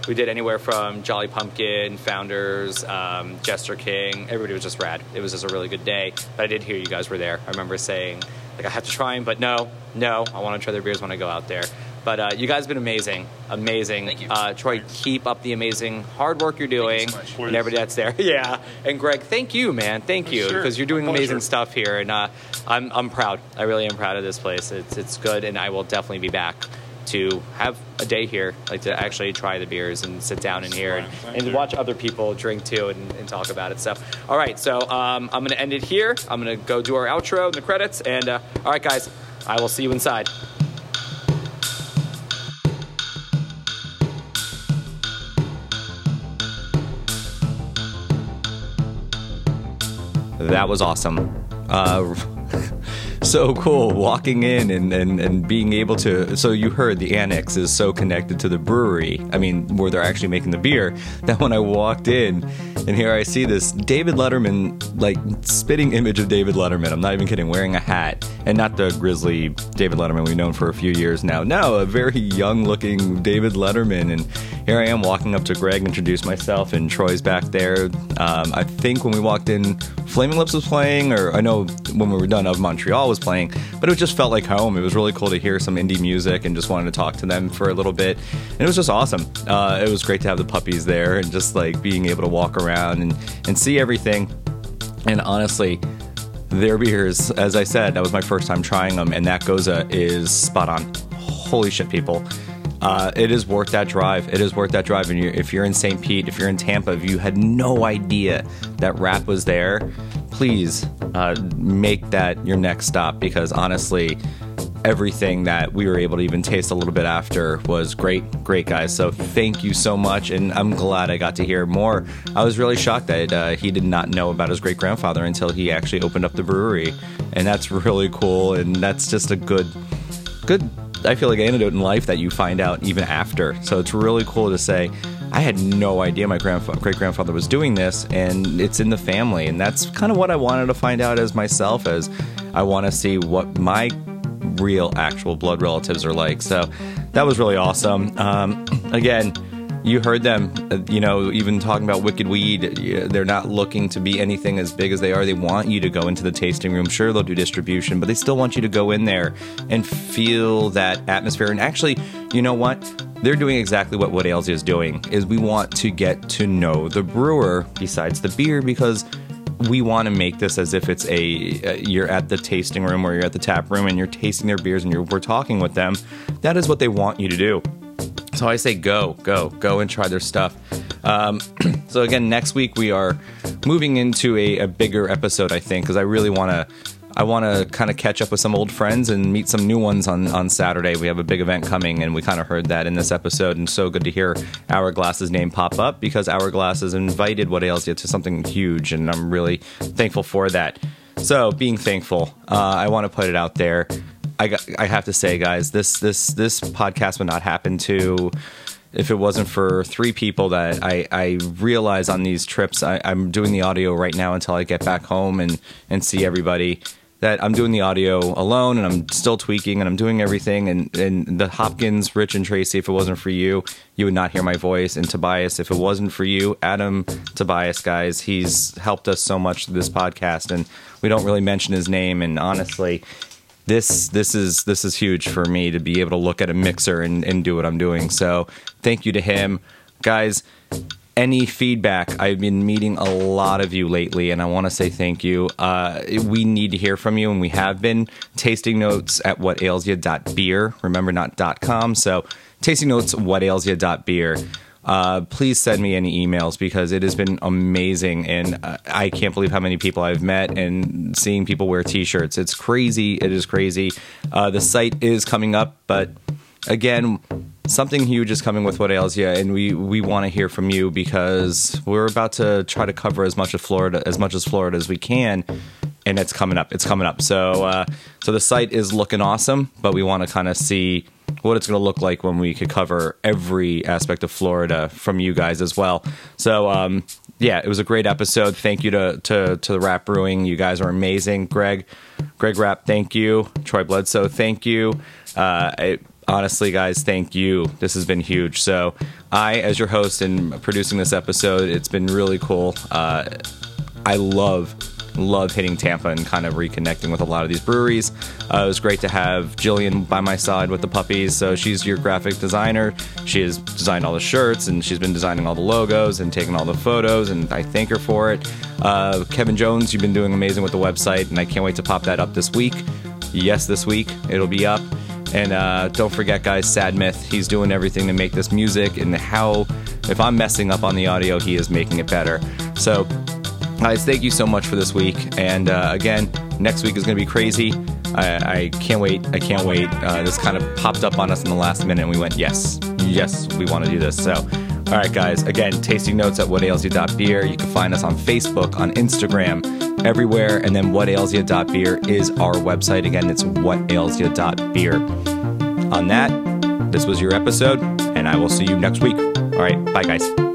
we did anywhere from Jolly Pumpkin, Founders, um, Jester King. Everybody was just rad. It was just a really good day. But I did hear you guys were there. I remember saying, like, I have to try them, but no, no, I want to try their beers when I go out there. But uh, you guys have been amazing, amazing. Thank you. Uh, Troy, keep up the amazing hard work you're doing, so much. and everybody that's there. yeah, and Greg, thank you, man, thank you, Sure. because you're doing My pleasure. amazing stuff here, and uh, I'm I'm proud. I really am proud of this place. It's it's good, and I will definitely be back to have a day here, like to actually try the beers and sit down in here and, Thank and you. watch other people drink too and, and talk about it. So, all right, so um, I'm gonna end it here. I'm gonna go do our outro and the credits, and uh, all right, guys, I will see you inside. That was awesome. Uh, so cool walking in and, and, and being able to. So, you heard the annex is so connected to the brewery. I mean, where they're actually making the beer. That when I walked in and here I see this David Letterman, like spitting image of David Letterman. I'm not even kidding, wearing a hat. And not the grizzly David Letterman we've known for a few years now. No, a very young looking David Letterman. And here I am walking up to Greg, introduce myself, and Troy's back there. Um, I think when we walked in, Flaming Lips was playing, or I know when we were done, of Montreal was playing, but it just felt like home. It was really cool to hear some indie music and just wanted to talk to them for a little bit. And it was just awesome. Uh, it was great to have the puppies there and just like being able to walk around and, and see everything. And honestly, their beers, as I said, that was my first time trying them, and that Goza is spot on. Holy shit, people. Uh, it is worth that drive. It is worth that drive. And you if you're in St. Pete, if you're in Tampa, if you had no idea that rap was there, please uh, make that your next stop because honestly, everything that we were able to even taste a little bit after was great, great guys. So thank you so much, and I'm glad I got to hear more. I was really shocked that uh, he did not know about his great grandfather until he actually opened up the brewery, and that's really cool. And that's just a good good. I feel like antidote in life that you find out even after. So it's really cool to say, I had no idea my grandfa- great grandfather was doing this, and it's in the family. And that's kind of what I wanted to find out as myself, as I want to see what my real, actual blood relatives are like. So that was really awesome. Um, again, you heard them, uh, you know, even talking about Wicked Weed. yeah, They're not looking to be anything as big as they are. They want you to go into the tasting room. Sure, they'll do distribution, but they still want you to go in there and feel that atmosphere. And actually, you know what? They're doing exactly what Wood Ales is doing. Is we want to get to know the brewer besides the beer because we want to make this as if it's a uh, you're at the tasting room or you're at the tap room and you're tasting their beers and you're we're talking with them. That is what they want you to do. So I say go, go, go and try their stuff. Um, so again, next week we are moving into a, a bigger episode, I think, because I really want to. I want to kind of catch up with some old friends and meet some new ones on, on Saturday. We have a big event coming, and we kind of heard that in this episode. And so good to hear Hourglass's name pop up because Hourglass has invited What Ails You to something huge, and I'm really thankful for that. So, being thankful, uh, I want to put it out there. I got, I have to say, guys, this this this podcast would not happen to if it wasn't for three people that I, I realize on these trips. I, I'm doing the audio right now until I get back home and and see everybody. That I'm doing the audio alone, and I'm still tweaking, and I'm doing everything. And and the Hopkins, Rich, and Tracy. If it wasn't for you, you would not hear my voice. And Tobias, if it wasn't for you, Adam, Tobias, guys, he's helped us so much through this podcast, and we don't really mention his name. And honestly, this this is this is huge for me to be able to look at a mixer and, and do what I'm doing. So thank you to him. Guys, any feedback? I've been meeting a lot of you lately, and I want to say thank you. Uh, we need to hear from you, and we have been tasting notes at whatailsyou.beer. Remember, not dot .com. So tasting notes whatailsyou.beer. Uh, please send me any emails because it has been amazing, and uh, I can't believe how many people I've met and seeing people wear T-shirts. It's crazy. It is crazy. Uh, the site is coming up, but again, something huge is coming with what ails you, and we we want to hear from you because we're about to try to cover as much of Florida as much as Florida as we can. And it's coming up. It's coming up. So, uh, so the site is looking awesome, but we want to kind of see what it's going to look like when we could cover every aspect of Florida from you guys as well. So, um, yeah, it was a great episode. Thank you to to to the Rap Brewing. You guys are amazing, Greg, Greg Rap. Thank you, Troy Bledsoe. Thank you. Uh, I, honestly, guys, thank you. This has been huge. So, I, as your host and producing this episode, it's been really cool. Uh, I love love hitting Tampa and kind of reconnecting with a lot of these breweries. Uh, it was great to have Jillian by my side with the puppies. So she's your graphic designer. She has designed all the shirts and she's been designing all the logos and taking all the photos. And I thank her for it. Uh, Kevin Jones, you've been doing amazing with the website, and I can't wait to pop that up this week. Yes, this week it'll be up. And uh, don't forget, guys, Sad Myth. He's doing everything to make this music, and how if I'm messing up on the audio, he is making it better. So Guys, thank you so much for this week. And uh, again, next week is going to be crazy. I, I can't wait. I can't wait. Uh, this kind of popped up on us in the last minute, and we went, yes, yes, we want to do this. So, all right, guys, again, tasting notes at whatailsyou.beer. You can find us on Facebook, on Instagram, everywhere. And then whatailsyou.beer is our website. Again, it's whatailsyou.beer. On that, this was your episode, and I will see you next week. All right, bye, guys.